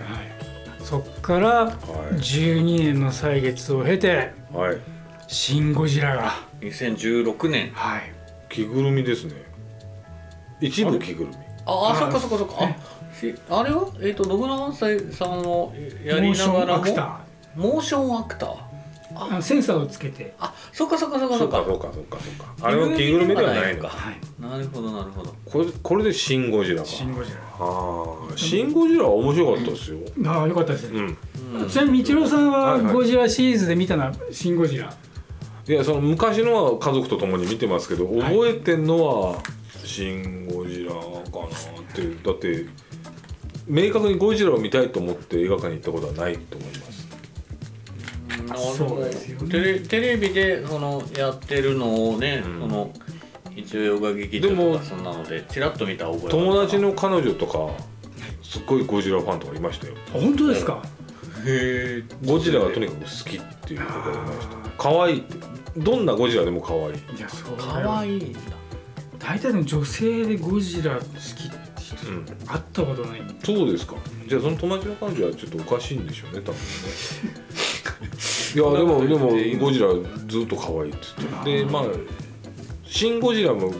そっから12年の歳月を経て
はい
「シン・ゴジラが」
2016年
はい
着ぐるみですね一部着ぐるみ
あ
あ
あ
ー
そっかそっかそっかあしあれはえっ、と信長さんをやりながらも
モーションアクタ
モーションアクター
ーあのセンサーをつけて
あそっかそっかそっか
そ
そうっ
か
か
そうかそうかそうかあれは着ぐるみではないのか
はい
なるほどなるほど
これこれで「シン・ゴジラ」か
シン・ゴジラ
ああ「シン・ゴジラ」は面白かったですよ
ああよかったですね、
うん
ちなみに一郎さん
は
はい
はい
ゴジラシリーズで見たのは「シン・ゴジラ
いやその昔のは家族と共に見てますけど覚えてんのは「シン・ゴジラ」かなっていうだって明確にゴジラを見たいと思って映画館に行ったことはないと思います
うん
そうですよね
テレテレビでそのやってるのをね、
うん
その一応ヨガ劇場
で
と
も
かそんなのでちらっと見た覚えが
友達
へ
の彼女とかすっごいゴジラファンとかいましたよ」
本当ですか、
え
ゴジラがとにかく好きっていうところでました可愛いってどんなゴジラでも可愛い
いやそう
かわいいんだ
大体の女性でゴジラ好きって人
うん
会ったことない
そうですかじゃあその友達の彼女はちょっとおかしいんでしょうね多分ねいやでもでもゴジラずっと可愛いって言ってでまあ「シン・ゴジラも」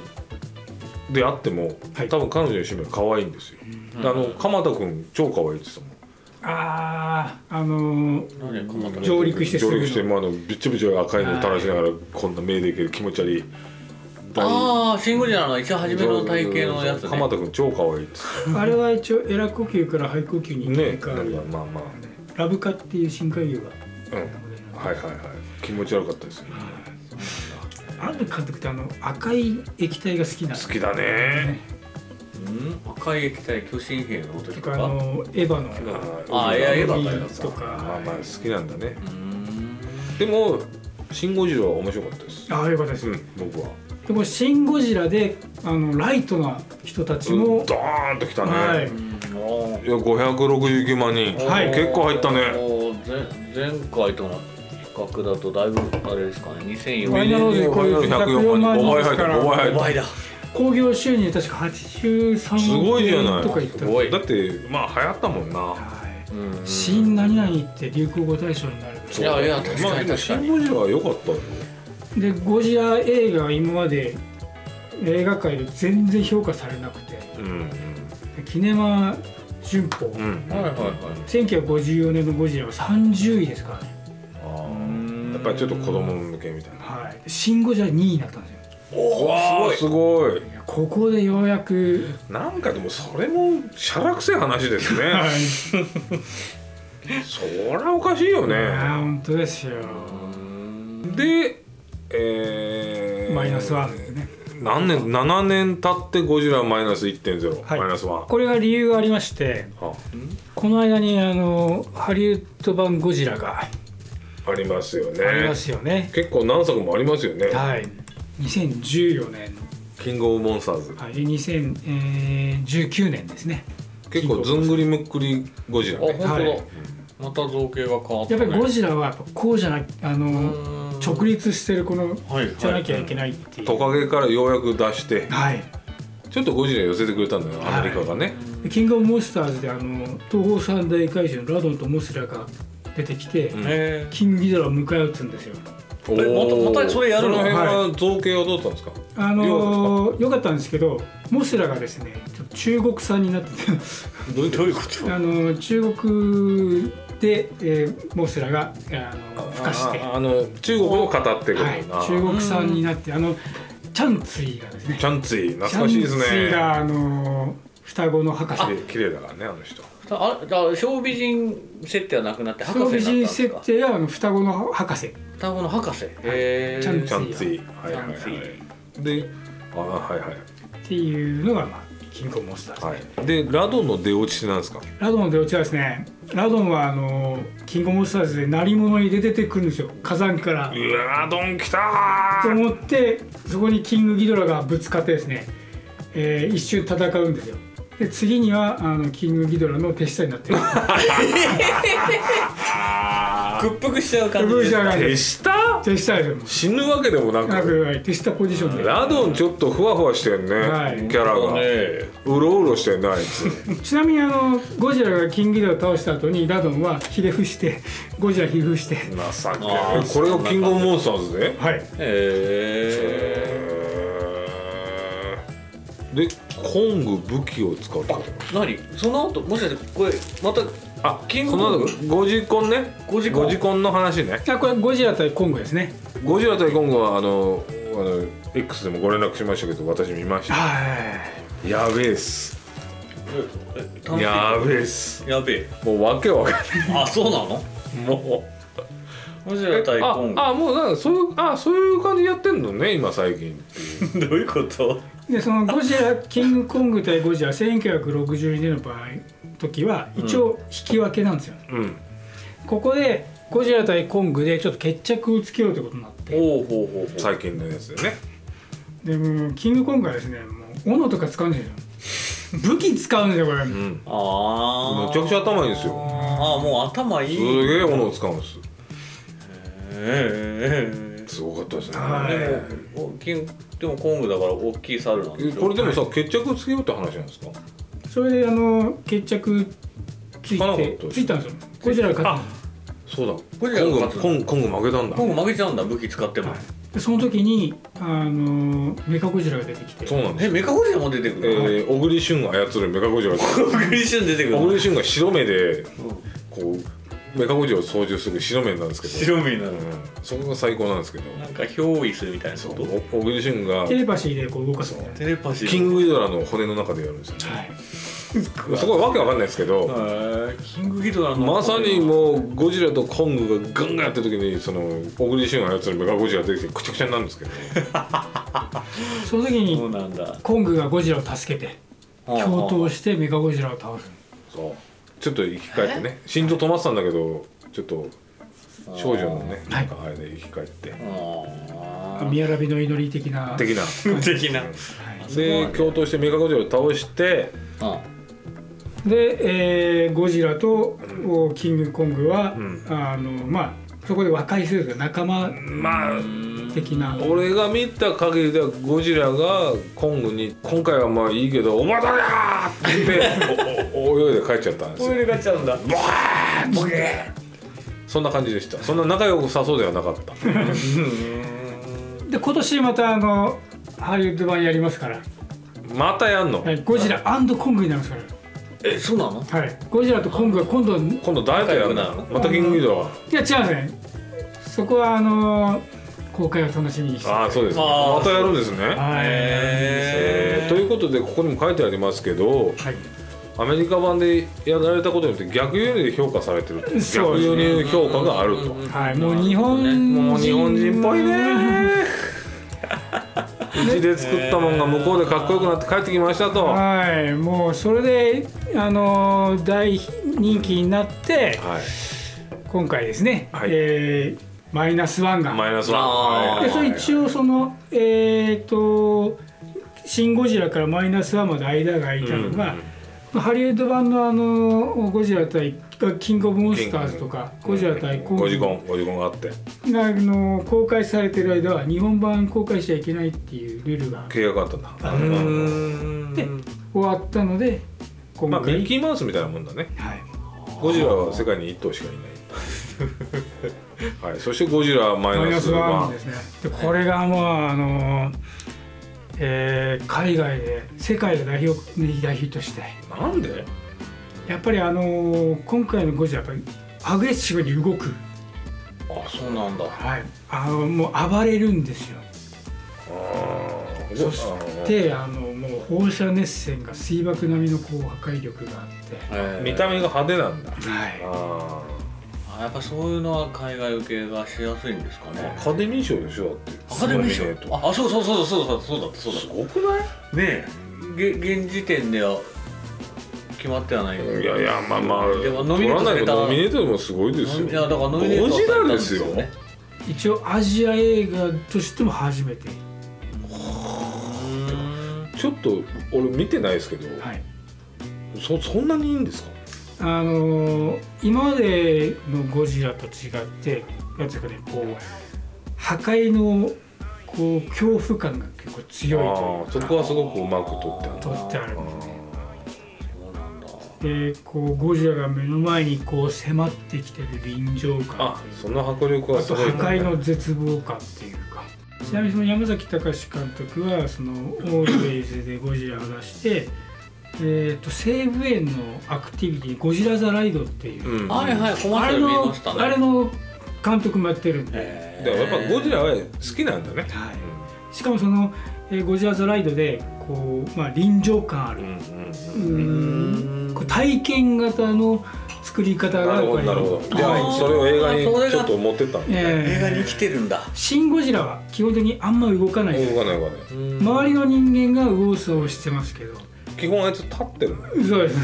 であっても、多分彼女の趣味は可愛いんですよ、であの鎌田君超可愛いって言ってたもん
あああのー
何かまた
上陸してすぐ
上
の
陸してもうあのびっちょびちょ赤いの垂らしながらこんな目でいける気持ち悪い大
ああシン・ゴジラの一応初めの体型のやつね
鎌田君超可愛いっつっ
あれは一応エラ呼吸から肺呼吸
て
に
ね
変
な
化あ
ん
る
かまあま
ラブカっていう深海魚が
あうんはいはいはい気持ち悪かったですよね
ある監督ってあの赤い液体が好きなんです
好きだね
うん赤い液体巨神兵の音
と
と
か
か
あのエヴァの
あいやエヴァかよ
とか
まあまあ好きなんだね
うーん
でも「シン・ゴジラ」は面白かったです
ああよかったです、
うん僕は
でも「シン・ゴジラで」あのライトな人たち
うん
も、
ドーンときた
は
ね
い
うん
いや569万人
はい
結構入ったね
おーぜ前回との比較だとだいぶあれですかね2004
マイ
年
ナローズでこういう
104
104
万
万
人
人です
5
か
倍入った5倍
ら
入った
倍だ
興行収入確か83億円
すごいじゃない
とか言った
すごい
だってまあ流行ったもんな
はい
うん
新何々って流行語大賞になる
いやいや確かに
まあでも
確かに
シン・ゴジラは良かったよ
でゴジラ映画は今まで映画界で全然評価されなくて
うん
キネマ旬報、
うんうん
はいはいはい
1954年のゴジラは30位ですからね、
ああやっぱりちょっと子供向けみたいな
はい、シン・ゴジラ2位になったんですよ
おおすごい
いやここでようやく
なんかでもそれもしゃらくせえ話ですね、そりゃおかしいよ
ああ
ね
本当ですよ
でえー、
マイナスワンですね
何年7年経ってゴジラマイナス1.0、
はい
マイナス1
これが理由がありまして
あ
この間にあのハリウッド版ゴジラが
ありますよね
ありますよね、
結構何作もありますよね
はい2014年、
キングオブモンスターズ
はい、2019年ですね
結構ずんぐりむっくりゴジ
あ
ラ
本当
ね
だ、
はい
また造形が変わった、
や
ね、
っぱりゴジラはやっぱこうじゃなあの
うん
直立してるこ
は
の
いはい
じゃなきゃいけないっていう
トカゲからようやく出して
はい
ちょっとゴジラ寄せてくれたんだよアメリカがね、
でキングオブモンスターズであの東方三大怪獣のラドンとモスラが出てきて、
ん
へー
キングギドラを迎え撃つんですよ
お
えまたまたそれやるの
その辺は造形はどうだったんですか、
あのー、よかったんですけどモスラがですねちょっと中国産になってて
どういうこと
あのー中国で、えーモスラがあの孵化して、
あ
は
あの中国を語ってくるような、
い、中国産になってあのチャンツィがですね
チャンツィ懐かしいですね
チャンツィがあのー双子の博士
綺麗綺麗だからねあの人
あれだ小美人設定はなくなって博士に
美
なったんで
人
す
設
か
定があの双子の双子の
双子の博士へえ
ちゃん
チ
と
ャンツィはいはいは
チャンツ
いであはいは
博士っていうのが、まあ、キングオブモンスターズ、
いはいでラドンの出落ちってなんですか
ラドンの出落ちはですねラドンはあのーキングオブモンスターズで鳴り物に出てくるんですよ火山から。
ラドン来た
と
ー
思ってそこにキングギドラがぶつかってですね、えー一瞬戦うんですよで次にはあのキングギドラの手下になってる
屈服しちゃう感じ
ブーシャーが
手下
手下ですよも
死ぬわけでもな
うな
く
くはい手下ポジションで
ラドンちょっとふわふわしてんね、
はい
キャラが、
ね
うろうろしてんねあいつ
ちなみにあのゴジラがキングギドラを倒した後にラドンはひれ伏してゴジラひれ伏して
情け
あ
ない
ー
これがキングオブモンスターズで
はい
へ
えーでコング武器を使うってこと
え何その後もしかしてこれまた
あキングコングゴジコンね
ゴジコン
の話ね
あこれゴジラ対コングですね
ゴジラ対コングはあのあの X でもご連絡しましたけど私見ました
はい
やべえっす
楽しい
やべえっす
やべえ
もうわけわかんな
あそうなの
いも
ゴジ
う
ラ対コング
ああもうなんかそういうあそういう感じでやってんのね今最近
どういうこと
でそのゴジラキングコング対ゴジラ1962年の場合時は一応引き分けなんですよ、
うん
ここでゴジラ対コングでちょっと決着をつけようということになって
ほうほうほうほう
最近のやつでね
でもうキングコングはですねもう斧とか使うんですよ武器使うんですよこれ、
うん
ああ
めちゃくちゃ頭いいんですよ
ああもう頭いい
すげえ斧を使うんで
ええ
すすごかったですね
はい
でも大きいでもコングだから大きい猿なんで
え
しょ
これでもさ決着つけようって話なんですか
それであの決着つ
つかないかってた
ついたんですよゴジラが勝った
そ
の
うだコ
ゴジラが
ング
勝つの
コンコング負けたんだ
コング負けちゃうんだ武器使っても、
はいでその時にあのメカゴジラが出てきて
そうなんです
えメカゴジラも出てく
え
るの、
ー、小栗旬が操るメカゴジラが
小栗旬出てくる
小
の
栗旬が白目でこうメカゴジラを操縦する白目なんですけど
白身な
う
の
ん、そこが最高なんですけど
なんか憑依するみたいな
そ
こ
う
と
小栗旬が
テレパシーでこう動かすみたいな
テレパシー
キングギドラの骨の中でやるんですよ
はい
そこはわけわかんないですけ
へ
ど
ーキングギドラの
まさにもうゴジラとコングがガンガンやってる時にその小栗旬が操るメカゴジラが出てきてくちゃくちゃになるんですけど
その時
そ
に
うなんだ
コングがゴジラを助けて共闘
し
してメカゴジラを倒す
そうちょっと生き返ってね心臓止まってたんだけどちょっと少女のねなんかあれで生き返って
宮ラビの祈り的な
的な
的な
で共闘してメカゴジラを倒して
あ
で、えーゴジラとおキングコングは、
ん
あのまあそこで和解するというか仲間
まあ
的な、
俺が見た限りではゴジラがコングに「今回はまあいいけどお前だや!」って言っておお泳いで帰っちゃったんですよ
イレがちゃうんだ
そんな感じでしたそんな仲良さそうではなかった
で今年またあのハリウッド版やりますから、
またやんの
はい、ゴジラコングになりますか
えそうなの
ら、はい、ゴジラとコングは今度はい
今度誰とやる
仲良くな
の
る
またキングギド
や違うんですねそこはあの公開を楽しみにして
ラああそうですね
あー
またやるんですね
はい
えー
へえ
ということでここにも書いてありますけど
はい、
アメリカ版でやられたことによって逆輸入で評価されてると
そう
逆
です
輸
ね
入評価があると
はい、もう日本人
もう日本人っぽいね うちで作ったもんが向こうでかっこよくなって帰ってきましたとは
はいもうそれであのー大人気になって
い
今回ですね、
はい
えーマイナスワンが
マイナスワン
あー
はい
でそれ一応そのえっ、と「シン・ゴジラ」からマイナスワンまで間が空いたのが、ハリウッド版のあのゴジラ対キングオブモンスターズとかゴジラ対コン
ゴジコンゴジコンがあって
があの公開されてる間は日本版公開しちゃいけないっていうルールが
契約があったんだ
あ
で
終わったので今
まあミ
回、
ッキーマウスみたいなもんだね
はい、
ゴジラは世界に1頭しかいない はいそしてゴジラマ
マ
イ
イ
ナ
ナ
ス
ス
ワ
ワ
ン
ンですね。でこれがもうあのーえー海外で世界で大ヒッ大ヒットして
なんで
やっぱりあのー今回のゴジラやっぱりアグレッシブに動く、
あそうなんだ
はい、あのもう暴れるんですよそしてあのもう放射熱線が水爆並みのこう破壊力があっ
あ
へ
ー
ー
見た目が派手なんだ
て、は
あ
あやっぱそういうのは海外受けがしやすいんですか
ーア
ね
カデミー賞でしょだって
アカデミー
すごいね
賞ああそうそうそうそうそうそうだったそうだっ
すごくない
たねえげ現時点では決まってはない
いやいやまあまあ
でもノミネートさ
取らない
れた
けどノミネートでもすごいですよ
いやだからノミネート
ゴ
は
ジ
され
ラ
たん
ですよ
ね
い、一応アジア映画としても初めて、
ちょっと俺見てないですけど、
はい、
そそんなにいいんですか
あのー今までのゴジラと違ってなんていうかねこう破壊のこう恐怖感が結構強いと
あ
い
ー
う
そ
か
こはすごくうまく撮ってある
取ってあるんですね
そうなんだ
でこうゴジラが目の前にこう迫ってきてる臨場感
あ
という
その迫力は
あ
す
と
ご
破
い
壊の絶望感っていうかちなみにその山崎隆監督はそのオールウェイズでゴジラを出してえー、と西武園のアクティビティゴジラ・ザ・ライドっていう、
うん、
はいはいコマー
あ
シャ
れ
ル見
の、
ましたね
あれの監督もやってるんで、
へー
だからやっぱゴジラは好きなんだね、
はい、しかもその、えーゴジラ・ザ・ライドでこう、まあ、臨場感あ
うん
る、う
うん
んこう体験型の作り方
なる
がやっ
ほど
ぱり
なるほど
あー
じゃあそれを映画に
それが
ちょっと持ってったんだね、
えー
映画に来てるんだ
シン・ゴジラは基本的にあんま動かない、
動かない動かない
周りの人間が右往左往してますけど
基本あいつ立ってるのよ
そうです
そっか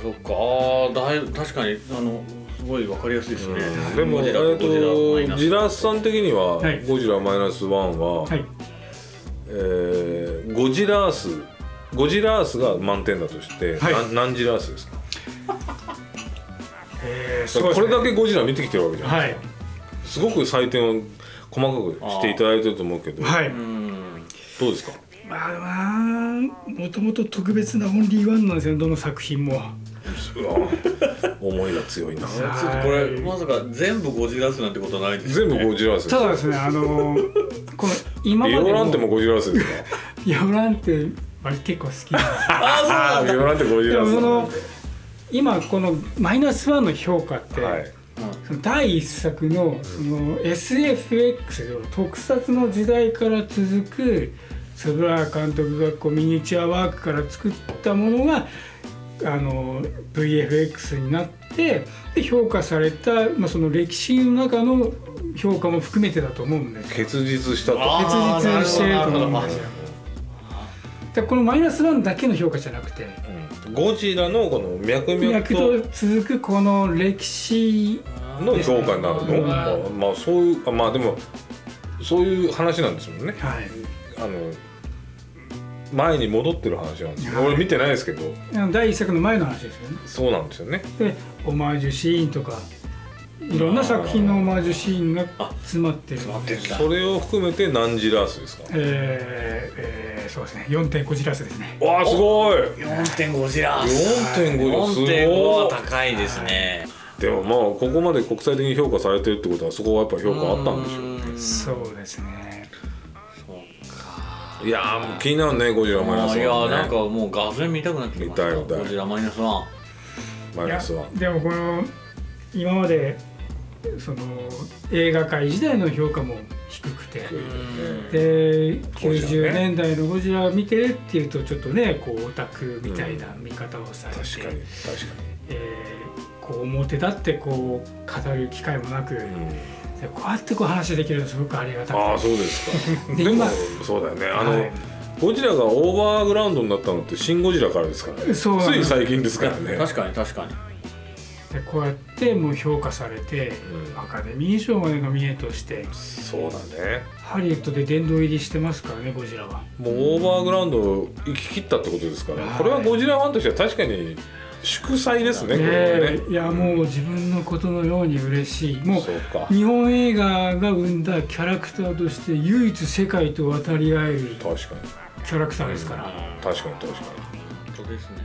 そっかあーだい確かにあのすごいわかりやすいですね、
でも
ゴ
え
ジ
っ
ラとゴジラマイナ
と
ス
ジラスさん的には
はい
ゴジラマイナスワンは、
はい
えーゴジラースゴジラースが満点だとして、
はい
なん何ジラースですか
えー、そうで
こ
すね
れだけゴジラ見てきてるわけじゃん、
はい
すごく採点を細かくしていただいてると思うけど
はい、
うん
どうですか
まあまあもともと特別なオンリーワンなんですよどの作品も
うわ思いが強いな
ちょっとこれまさか全部ゴジラスなんてことないです
全部ゴジラースです
ただですねあの ーこの今ま
ビ
での
オランテもゴジラースですか
ビオランテ割と結構好きなんです
ああービオランテゴジ
で
ラー
も
ス
そ
なん
の
だ
今このマイナスワンの評価って、
はい
その第一作のその SFX の特撮の時代から続く円谷監督がこうミニチュアワークから作ったものがあの VFX になってで評価された、まあ、その歴史の中の評価も含めてだと思うんで
結実したと
あー
結実してると思うんですよ
なる。
でこのマイナスワンだけの評価じゃなくて
うんゴジラのこの脈々
脈
と
々と続くこの歴史
の評価になるの、
うん
まあ、まあそういうあまあでもそういう話なんですもんね
はい
あの前に戻ってる話なんですよ俺見てないですけど
あの第一作の前の話ですよね。
そうなんですよね
でオマージュシーンとかいろんな作品のオマージュシーンが詰まってるので、
それを含めて何ジラースですか
えーえーそうですね4.5ジラスですね
わあすごい
4.5ジラ
4.5すごい
は高いですね
でもまあここまで国際的に評価されてるってことはそこはやっぱ評価あったんでしょう
う
そうですね
いやーもう気になるねゴジラマイナ
あ
ス
いや
ワン、ね、
なんかもう画面見たくなってきまし
見たい
た
見たい
ゴジラマイナスワン
マイナスワン
いやでもこの今までその映画界時代の評価も低くてで
ゴジラね
90年代のゴジラを見てるっていうとちょっとねこうオタクみたいな見方をされて、
確かに確か
えーこう表立ってこう語る機会もなく、
に、うん
でこうやってこう話できるのすごくありがた
ああ
くて
そうですか
で
でも
今
そうだよねあの、
はい
ゴジラがオーバーグラウンドになったのって「シン・ゴジラ」からですからねつ
そうなん
い
です
最近ですからね
確かに確かに
でこうやってもう評価されて、
うん
アカデミー賞までノミネートして
そうだね
ハリウッドで殿堂入りしてますからねゴジラは
もうオーバーグラウンドを行き切ったってことですから、
はい
これはゴジラファンとしては確かに祝祭ですね
ね
これはね
えいやもう自分のことのように嬉しいもう
そうか
日本映画が生んだキャラクターとして唯一世界と渡り合える
確かに
キャラクターですから、
確かに確か
本当ですね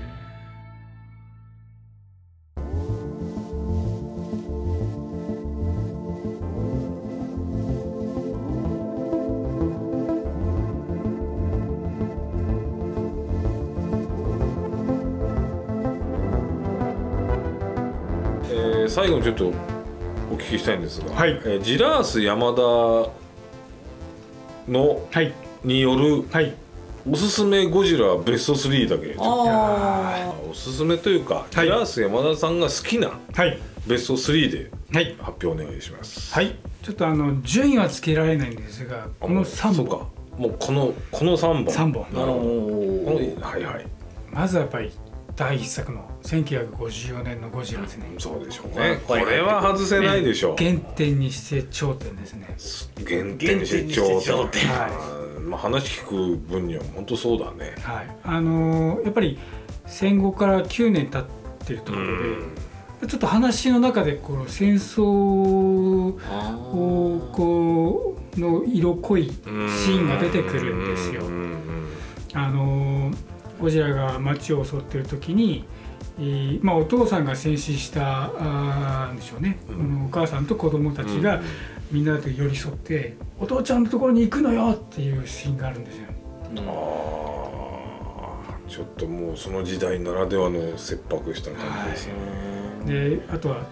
に、えー最後にちょっとお聞きしたいんですが、
はい
えージラース山田の
はい
による
はい
おすすめゴジラベスト3だけちょっと
あ
おすすめというか、テラース山田さんが好きな
はい
ベスト3で
はい
発表お願いします。
はい
ちょっとあの順位はつけられないんですがこの
そ
3
う
本
か。もうこのこの三本。
三本
なる
あ
ほど。こ
の
のはいはい。
まずはやっぱり第一作の1954年のゴジラですね
そうでしょう
は
ね
い。
これは外せないでしょう。
原点にして頂点ですね
原点にして頂点。
原点にして頂点
はいまあ話聞く分には本当そうだね。
はいあのーやっぱり戦後から9年経ってるところでちょっと話の中でこの戦争をこうの色濃いシーンが出てくるんですよ
う。ん
あのーゴジラが街を襲ってる時に、えーまあ、お父さんが戦死したあーなんでしょうね、
うん
このお母さんと子供た
うん
ちがみんなと寄り添って「お父ちゃんのところに行くのよ!」っていうシーンがあるんですよ。
ああちょっともうその時代ならではの切迫した感じですね、
であとは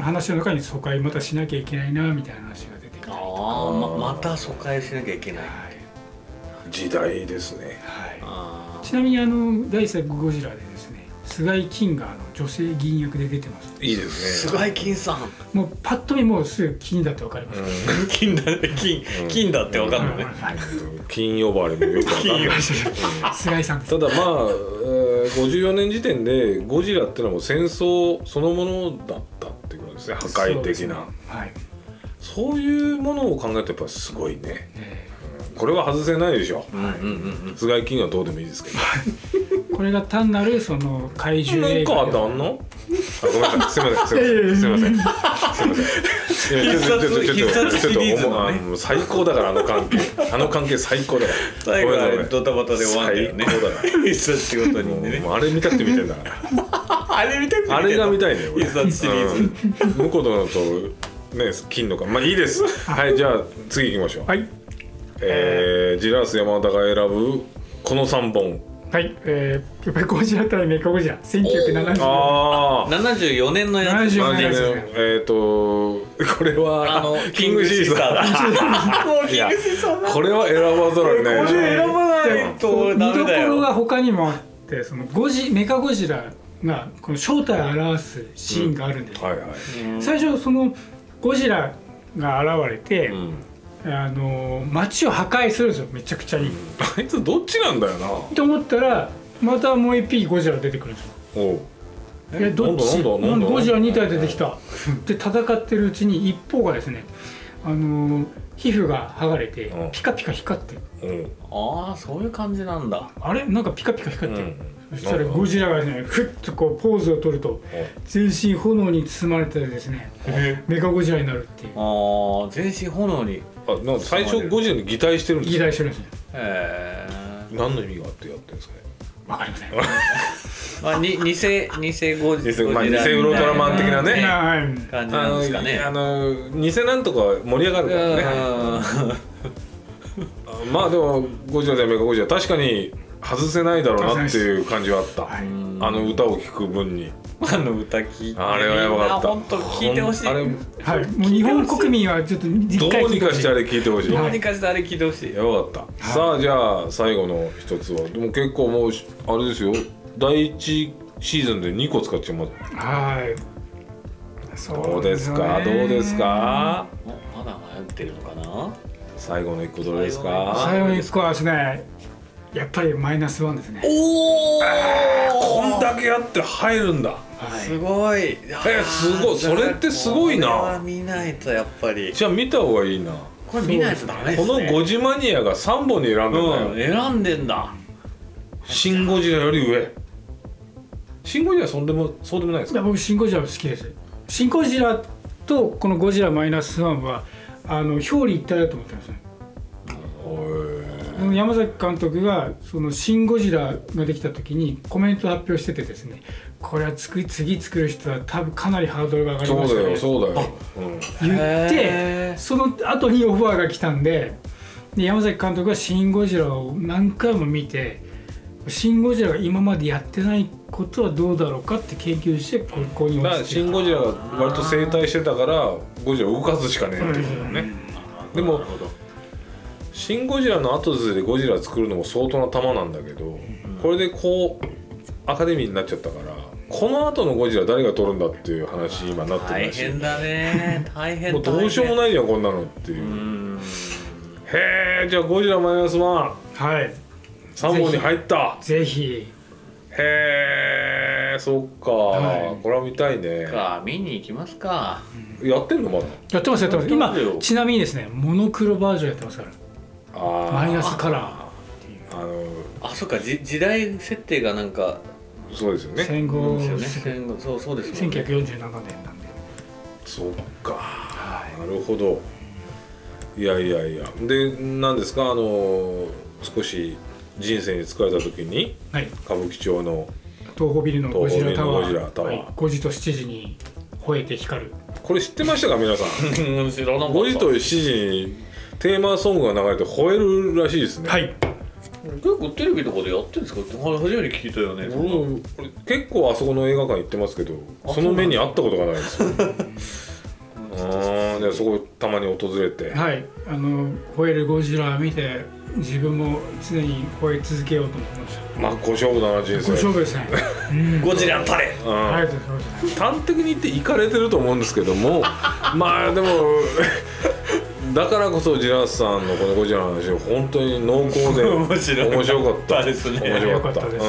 話の中に疎開またしなきゃいけないなみたいな話が出てきて、
あ
は
あままた疎開しなきゃいけない
時代ですね
い
あ
い、ちなみにあの第1作「ゴジラ」でですね菅井金があの女性議員役で出てます
いいで
ー
すね
菅井金さん
もうパッと見もうすぐ金だってわかります、
金だ金金だってわかんのね
うん金呼ばれもよくわかんない
菅井さんです
ただまあ、えー54年時点でゴジラってのはもう戦争そのものだったっていうことですね破壊的な
そうですねはい
そう,、いうものを考えるとやっぱすごいね
え
これは外せないでしょ
うんうんうん
菅井金はどうでもいいですけど
ーこれが単なるその怪獣
な
映
ん
画
か
で
当たんのあごめんなさいすいませんすいませんすいませんすいませんいやちょっと
必殺
ちょっとちょっと
必殺シリー
ち
ズのね
ょっとあもう最高だからあの関係あの関係最高だから
最後
ごめんなさい
はドタバタで終わんだよね
最高だ
一冊仕事人で
な
ね
もうあれ見たくて見てんだから
あれ見たくて
あれが見たいね俺
一冊シリーズ
うん、向こうのとね金のかまあいいですはいじゃあ次行きましょう、
はい
えー、ジラース山田が選ぶこの3本
はい、えー、やっぱりゴジラ対メカゴジラ1970
ああ
74年のやつ
74
マジ
年
で
のや
え
つ
っ、ー、と これは
あのキングシーサーだもう キングシーサーだ
これは選ばざるを得ない
これ選ばないと
見
ダメ
どこ
だ
ろ
よ
が他にもあってそのゴジメカゴジラがこの正体を表すシーンがあるんです、
はいはい、
最初そのゴジラが現れて、
うん、
あのー街を破壊するんですよめちゃくちゃに、
あいつどっちなんだよな
と思ったらまたもう一匹ゴジラ出てくるんですよ
おう
えどっち
なんだなんだなんだ
ゴジラ2体出てきたで戦ってるうちに一方がですねあのー皮膚が剥がれて
うん
ピカピカ光ってる
うん
ああそういう感じなんだ
あれなんかピカピカ光ってる、
うん
そしたらゴジラがですねふっとこうポーズを取ると全身炎に包まれてですねメカゴジラになるっていう
あー全身炎に
あなんか最初ゴジラに擬態してるんです
議
よ
題してるんですよ
ええ
何の意味があってやってるんですかね
わかりません
まあに偽偽ゴジ
偽まあ
ゴジラ
偽ウルトラマン的なね
うんはい
感じ
あ
なん
の
ですかね
あの偽なんとか盛り上がるからねあまあでもゴジラ対メカゴジラ確かに外せないだろうなっていう感じはあった、
はい
あの歌を聴く分に
あの歌聞いて
あれはやばかった
本当聞いてほしい
あれ
はい、もう日本国民はちょっと一回
どう
聞い
に
てほ
か
し
し
い
てあれ聴いてほしい、
は
ど
いう
にかしてあれ聞いてほしい
やばかった、さあじゃあ最後の一つはでも結構もうしあれですよ第一シーズンで2個使っちゃいます
はいそ
どうですか
ね
どうですか
おまだ迷ってるのかな
最後の1個どれです
最
か
最後に1個はですねやっぱりマイナスワンですね
おお
こんだけやって入るんだ
すごい
えすごいそれってすごいな
これは見ないとやっぱり
じゃあ見た方がいいな
これ見ないとダメです
こ
ね
のゴジマニアが3本に選んでんだよ、
うん選んでんだ
シン・ゴジラより上シン・ゴジラはそんでもそうでもないです
いや
か
僕シン・ゴジラ好きですシン・ゴジラとこの「ゴジラマイナスワンはあの表裏一体だと思ってますね山崎監督がその「シン・ゴジラ」ができた時にコメントを発表しててですねこれはつく次作る人は多分かなりハードルが上がり
そ
ま
う
し
だよ
たね
そうだよ、うん
言って
へ
その後にオファーが来たんでで山崎監督は「シン・ゴジラ」を何回も見て「シン・ゴジラ」が今までやってないことはどうだろうかって研究してここに
だか
落
ら
ち着
シ
い
ン・
た
ゴジラが割と正対してたからゴジラを動かすしかねえってことだよね、でもシン・ゴジラの後ずでゴジラ作るのも相当な玉なんだけど、これでこうアカデミーになっちゃったからこの後のゴジラ誰が撮るんだっていう話に今な
ー
ってる
大
らしい
変だね大変
もうどうしようも
ない
ないじゃんこんなのっていう、
うん
へえじゃあゴジラマイナスワ
はい
ン3本に入った
ぜひ
へえそっか、
はい
これは見たいね
か見に行きますか
やってんのまだ
やってますやってます今
やってますよ
ちなみにですねモノクロバージョンやってますから
あー
マイナスカラ
あの
あそっかじ時代設定がなんか
そうですよ
ー
ね
戦後
ですよね戦後そうそうですよね
1947年なんで
そっか、なるほどいやいやいやで何ですかあの少し人生に疲れた時に
はい
歌舞伎町の
東宝ビルのゴジラ
東
タワ
宝ビルのゴジラタ
ー
ワ
は
ー
い5時と7時に吠えて光る
これ知ってましたか皆さん
うん知らなかった
5時と7時にテーマソングが流れて吠えるらしいですね、
はい
結構テレビとかでやってるんですかって初めて聞いたよね
俺俺結構あそこの映画館行ってますけどその目に遭ったことがないですよ ああでそこたまに訪れて
はいあの吠えるゴジラ見て自分も常に吠え続けようと思いました
まあ小勝負だな人
ご勝
生
負ですね
ゴジラたれ
うん
ありがとうございます
端的に言って行かれてると思うんですけどもまあでもだからこそジラスさんのこのゴジラの話を本当に濃厚で
面白かった
面白かった
ですね
面白かった
よかったです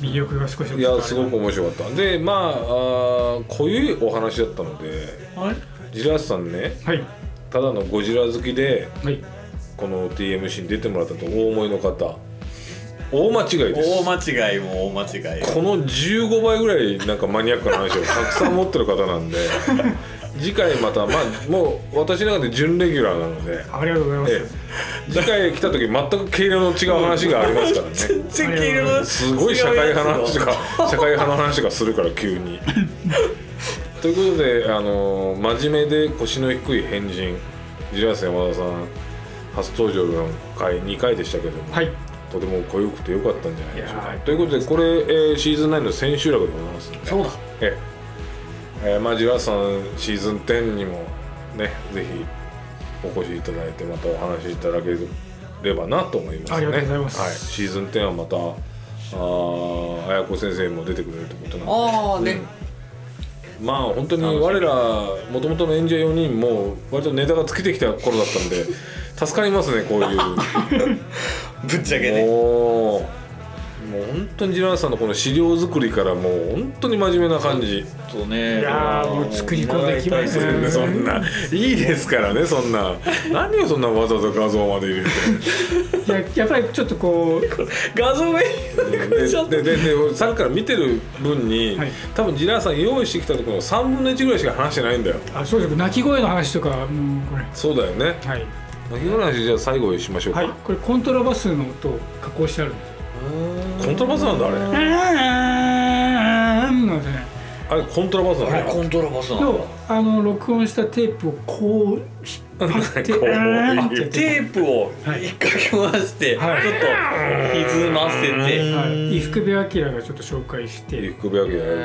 魅力が少し
うん、
ずつ
い
変
や
わります
ごく面白かったでまああー濃ゆいお話だったので
はい
ジラスさんね
はい
ただのゴジラ好きで
はい
この TMC に出てもらったと大思いの方大間違いです
大間違いも大間違い
この15倍ぐらいなんかマニアックな話をたくさん持ってる方なん で次回またまあもう私の中で準レギュラーなので、
ありがとうございます、
ええ次回来た時全く毛色の違う話がありますからね
全然黄色の
すごい社会派の話とか社会派の話とかするから急 に。ということで、あのー真面目で腰の低い変人ジラス山田さん初登場の回2回でしたけども、
はい
とても濃ゆくて良かったんじゃないでしょう
い
か
や。
ということでこれ、えーシーズン9の千秋楽でございますので
そうだ
えええーまあジラスさんシーズン10にもねぜひお越しいただいてまたお話しいただければなと思いますね
ありがとうございます
はい、シーズン10はまたあー綾子先生も出てくれるということなんで
ああね、
まあ本当に我らもともとの演者4人も割とネタがつけてきた頃だったんで助かりますねこういう
ぶっちゃけね
もうもう本当にジラーさんのこの資料作りからもう本当に真面目な感じ
ちょっとね
いやーもう作り込んできましたね
ねそんないいですからねそんな何をそんなわざわざ画像まで入れて
いややっぱりちょっとこう
画像がいい
ででででさっきから見てる分に、
はい
多分ジラーさん用意してきたところの3分の1ぐらいしか話してないんだよ
あそうです鳴き声の話とかもうこれ
そうだよね
はい、
泣き話じゃあ最後にしましょうか、
はい、これコントラバスの音を加工してあるんです
コントラバスなんだあれ
あーんなんですね
あれコントラバスなの、
コントラバスなの
のあの録音したテープをこう引っ張って
こう
あーんって
テープを引っ掛け回して、
はい
ちょっと歪ませて、
はい、伊福部明がちょっと紹介して、
ビッグバギーやるね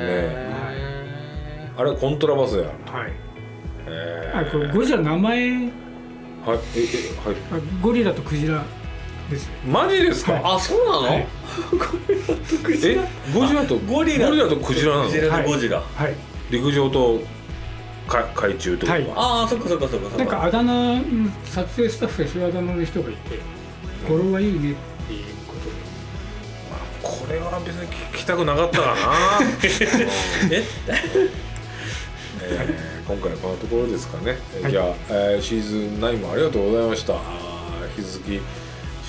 あれコントラバスだよ
はい、
え
あこれゴジラの名前
ー、はいええはい
あゴリラとクジラですね
マジですか、
はい
あそうなの、
はい
えゴジラとゴリラとクジラなの
ゴジラとゴジラ、
はい
陸上と海海中ってことか、
はい
ああそっかそっかそっかそっ
なん
か
かあだ名うん撮影スタッフでそういうあだ名の人がいて語呂がいいねっていうこと
こ
で
れは別に聞きたくなかったかな、
え
えー今回はこのところですかね、えーじゃあ、えーシーズン9もありがとうございましたあー引き続き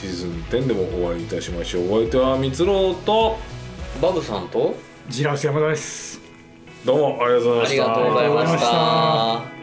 シーズン10でもお会いいたしましょうお相手はみつろうと
バブさんと
ジラウス山田です
どうもありがとうございました
ありがとうございました